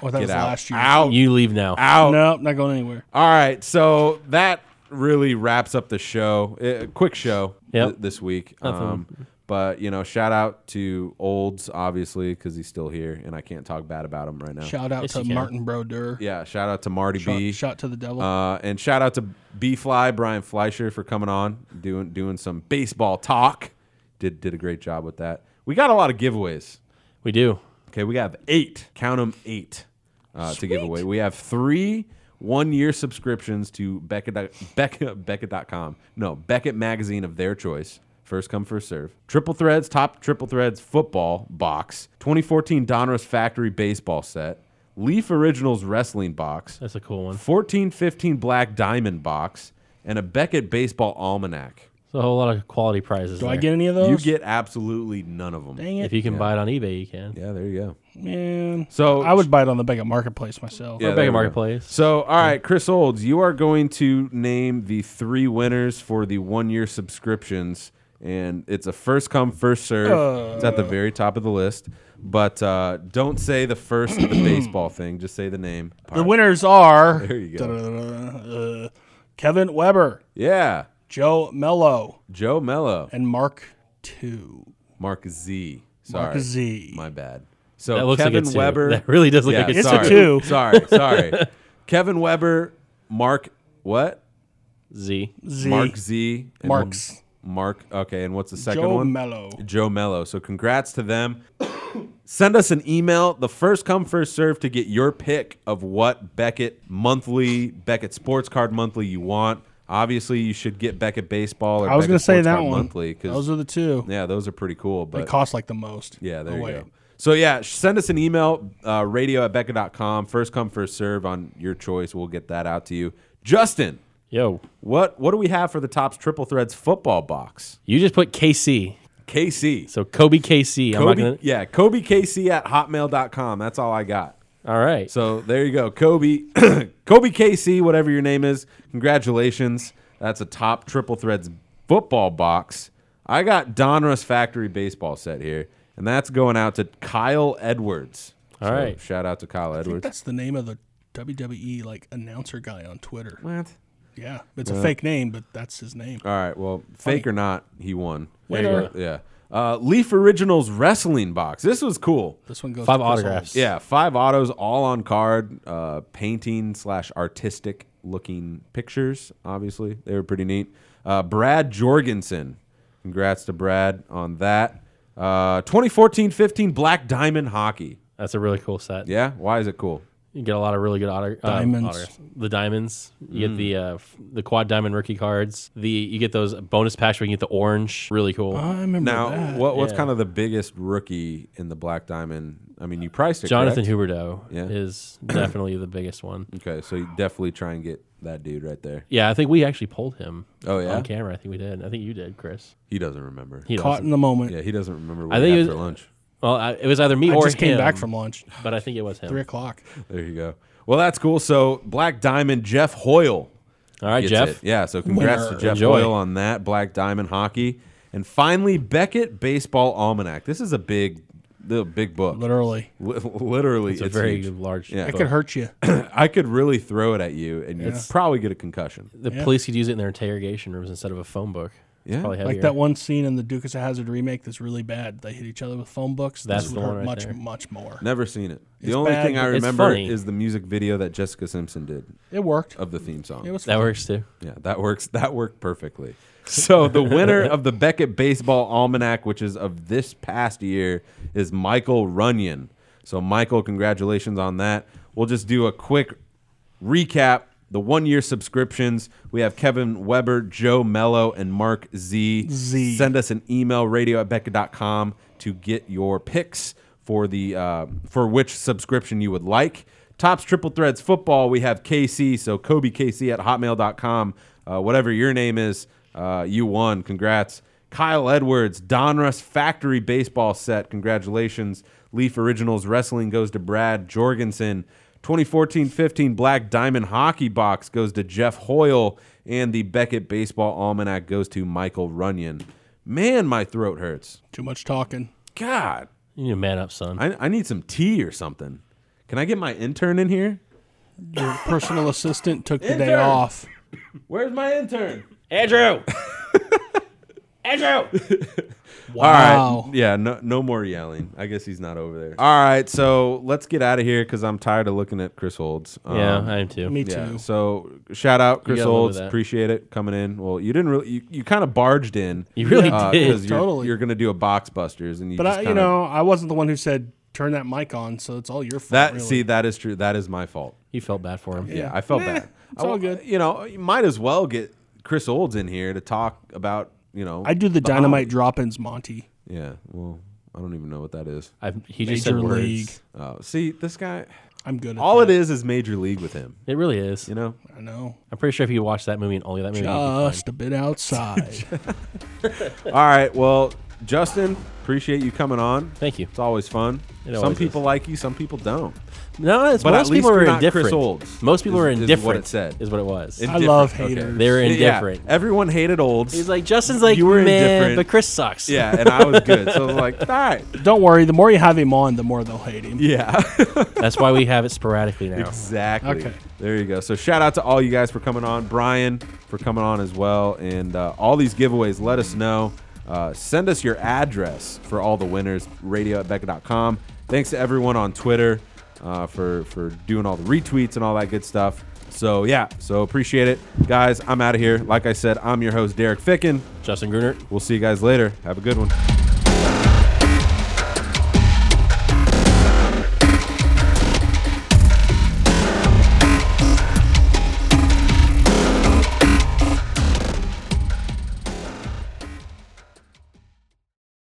D: Or that
A: Get
D: was
A: out.
D: last year.
A: Out.
B: You leave now.
A: out.
D: No, not going anywhere.
A: All right, so that really wraps up the show. Uh, quick show
B: Yep.
A: th- this week. Um, but you know, shout out to Olds obviously because he's still here, and I can't talk bad about him right now.
D: Shout out
B: Yes,
D: to
B: you can.
D: Martin Brodeur.
A: yeah, shout out to Marty B.
D: Shot, shot to the devil.
A: Uh, and shout out to B Fly Brian Fleischer for coming on doing doing some baseball talk. Did did a great job with that. We got a lot of giveaways.
B: We do.
A: Okay, we have eight. Count them eight uh, to give away. We have three one year subscriptions to Beckett, Beckett, Beckett.com. No, Beckett Magazine of their choice. First come, first serve. Triple Threads, top Triple Threads football box. 2014 Donruss Factory baseball set. Leaf Originals wrestling box.
B: That's a cool one.
A: 1415 Black Diamond box. And a Beckett baseball almanac.
B: It's a whole lot of quality prizes.
D: Do I
B: there.
D: get any of those?
A: You get absolutely none of them.
D: Dang
B: If
D: it,
B: you can buy it on eBay, you can.
A: Yeah, there you go.
D: man.
A: So
D: I would buy it on the Beckett Marketplace myself.
A: Yeah,
B: Or
A: there
B: Mega
A: we go.
B: Marketplace.
A: So, all right, Chris Olds, you are going to name the three winners for the one-year subscriptions, and it's a first come, first serve. it's at the very top of the list, but uh, don't say the first
D: [clears throat]
A: of the baseball thing. Just say the name.
D: The winners are
A: There you go.
D: Da-da-da-da, uh, Kevin Weber,
A: Yeah,
D: Joe Mello,
A: Joe Mello,
D: and Mark Two.
A: Mark Z. Sorry,
D: Mark Z.
A: My bad. So
B: That looks
A: Kevin
B: like a two.
A: Weber.
B: That really does look
A: Yeah,
B: like a
D: It's
A: sorry,
D: a two.
A: Sorry,
D: [laughs]
A: sorry. Kevin Weber, Mark what?
B: Z.
D: Z.
A: Mark Z. and
D: Marks.
A: Mark. Okay, and what's the second
D: Joe
A: one?
D: Mello.
A: Joe Mello. So congrats to them. Send us an email, the first come, first serve, to get your pick of what Beckett monthly, Beckett Sports Card monthly you want. Obviously, you should get Beckett Baseball or
D: I was
A: going to
D: say that one.
A: monthly because
D: Those are the two.
A: yeah, those are pretty cool.
D: They
A: But
D: cost like the most.
A: yeah, there
D: Oh,
A: you
D: wait.
A: go. So, yeah, sh- send us an email, uh, radio at Becca.com. First come, first serve on your choice. We'll get that out to you. Justin,
B: Yo,
A: what, what do we have for the Tops Triple Threads football box?
B: you just put KC.
A: KC.
B: So Kobe KC. I'm not
A: Kobe,
B: gonna,
A: yeah, Kobe KC at hotmail.com. That's all I got.
B: all right.
A: So there you go, Kobe, [coughs] Kobe KC, whatever your name is. Congratulations, that's a top triple threads football box. I got Donruss Factory baseball set here, and that's going out to Kyle Edwards.
B: All right.
A: shout out to Kyle
D: I think
A: Edwards.
D: that's the name of the WWE like announcer guy on Twitter.
A: What? Uh-huh.
D: Yeah, it's a fake name, but that's his name.
A: All right, well, fake or not, he won.
B: There you
A: But,
B: go.
A: Yeah, uh, Leaf Originals wrestling box. This was cool.
D: This one goes
B: Five
D: to Chris
B: autographs.
A: Yeah, five autos, all on card, uh, painting slash artistic looking pictures. Obviously, they were pretty neat. Uh, Brad Jorgensen, congrats to Brad on that. Uh, 2014-15 Black Diamond Hockey.
B: That's a really cool set.
A: Yeah, why is it cool?
B: You get a lot of really good auto, uh,
D: Diamonds. Mm.
B: autographs. the diamonds. You get the uh, f- the quad diamond rookie cards. The you get those bonus packs where you can get the orange. Really cool.
D: Hall. I remember
A: Now,
D: that.
A: what, what's
B: yeah.
A: kind of the biggest rookie in the Black Diamond? I mean, you priced it,
B: Jonathan
A: correct?
B: Huberdeau
A: Yeah. [clears throat]
B: is definitely the biggest one.
A: Okay, so you definitely try and get that dude right there.
B: Yeah, I think we actually pulled him.
A: Oh, yeah?
B: on camera. I think we did. I think you did, Chris.
A: He doesn't remember.
B: He
D: Caught in the moment.
A: yeah, he doesn't remember what
B: I
A: I
B: think it
A: had
B: was-
A: for lunch.
B: Well, I, it was either me
D: I
B: or
D: just came
B: him,
D: back from lunch,
B: But I think it was
D: three
B: him.
D: o'clock.
A: There you go. Well, that's cool. So Black Diamond, Jeff Hoyle.
B: All right,
A: gets
B: Jeff.
A: it. Yeah, so congrats
D: Winner.
A: to Jeff
B: Enjoy.
A: Hoyle on that. Black Diamond Hockey. And finally, Beckett Baseball Almanac. This is a big, the big book. Li-
D: Literally,
A: Literally,
B: It's a very
A: huge.
B: large.
A: Yeah.
D: it
B: book.
D: could hurt you.
A: I could really throw it at you, and you'd probably get a concussion.
B: The police could use it in their interrogation rooms instead of a phone book. It's
A: Yeah.
B: probably heavier.
D: Like that one scene in the Duke of Hazard remake that's really bad. They hit each other with phone books.
B: That's
D: this
B: the
D: would
B: one
D: hurt
B: right
D: much,
B: there.
D: much more.
A: Never seen it. The
D: It's
A: only
D: bad,
A: thing I
D: but
B: it's
A: remember
B: funny.
A: is the music video that Jessica Simpson did
D: It worked.
A: of the theme song.
D: It was.
B: That works too.
A: Yeah, that works. That worked perfectly. So the winner of the Beckett Baseball Almanac, which is of this past year, is Michael Runyon. So Michael, congratulations on that. We'll just do a quick recap. The one-year subscriptions. We have Kevin Weber, Joe Mello, and Mark Z.
D: Z.
A: Send us an email, radio at Becca.com, to get your picks for the uh, for which subscription you would like. Tops Triple Threads football, we have KC, so Kobe KC at hotmail.com. Uh, whatever your name is, uh, you won. Congrats. Kyle Edwards, Donruss Factory baseball set. Congratulations. Leaf Originals Wrestling goes to Brad Jorgensen. 2014 15 Black Diamond Hockey Box goes to Jeff Hoyle, and the Beckett Baseball Almanac goes to Michael Runyon. Man, my throat hurts.
D: Too much talking.
A: God,
B: You need to man up, son.
A: I, I need some tea or something. Can I get my intern in here?
D: Your personal assistant took the day
A: Intern.
D: off.
A: Where's my intern?
B: Andrew. Andrew.
A: All
D: Wow.
A: right. Yeah, no, no more yelling. I guess he's not over there. All right, so let's get out of here because I'm tired of looking at Chris Holds. Um,
B: yeah, I am too.
D: Me
A: Yeah.
D: too.
A: So shout out Chris
B: gotta live with
A: Olds.
B: that.
A: Appreciate it coming in. Well, you didn't really. You, you kind of barged in.
B: You really
A: uh,
B: did.
A: 'cause You're,
D: Totally.
A: You're gonna do a box busters, and you.
D: But
A: just
D: I, you
A: kinda-
D: know, I wasn't the one who said turn that mic on, so it's all your fault.
A: that.
D: really.
A: See, that is true. That is my fault.
B: You felt bad for him.
A: Yeah, I felt bad.
D: it's
A: I-
D: all good.
A: You know, you might as well get Chris Olds in here to talk about. You know,
D: I do the, dynamite drop-ins, Monty.
A: Yeah. Well, I don't even know what that is.
B: I, he just said
D: Major
B: words.
D: league.
A: Uh, see, this guy.
D: I'm good. At
A: All
D: that.
A: it is is major league with him.
B: It really is.
A: You know.
D: I know.
B: I'm pretty sure if you watch that movie and only that movie, you'd be fine.
D: Just a bit outside.
A: [laughs] All right. Well, Justin, appreciate you coming on.
B: thank you.
A: It's always fun.
B: It
A: some
B: always
A: people like you, some people don't.
B: No, it's
A: But at
B: most people
A: least you're
B: are
A: not Chris
B: indifferent.
A: Olds,
B: Most people
A: is-
B: are
A: is what it
B: indifferent.
A: said.
B: is what it was.
A: It-
D: I
A: Indifferent,
D: love
A: okay.
B: [laughs]
D: haters.
B: They're indifferent.
A: Yeah, everyone hated Olds.
B: He's like Justin's like
A: You were
B: man,
A: indifferent."
B: but Chris sucks.
A: yeah, and I was good. So I was
B: [laughs]
A: like, all right.
D: Don't worry. The more you have him on, the more they'll hate him.
A: Yeah.
B: that's why we have it sporadically now.
A: exactly.
D: Okay.
A: There you go. So shout out to all you guys for coming on. Brian for coming on as well. And uh, all these giveaways, let us know. Uh, send us your address for all the winners, radio at Becca.com. Thanks to everyone on Twitter uh, for, for doing all the retweets and all that good stuff. So, yeah, so appreciate it. Guys, I'm out of here. Like I said, I'm your host, Derek Ficken.
B: Justin Gruner,
A: We'll see you guys later. Have a good one.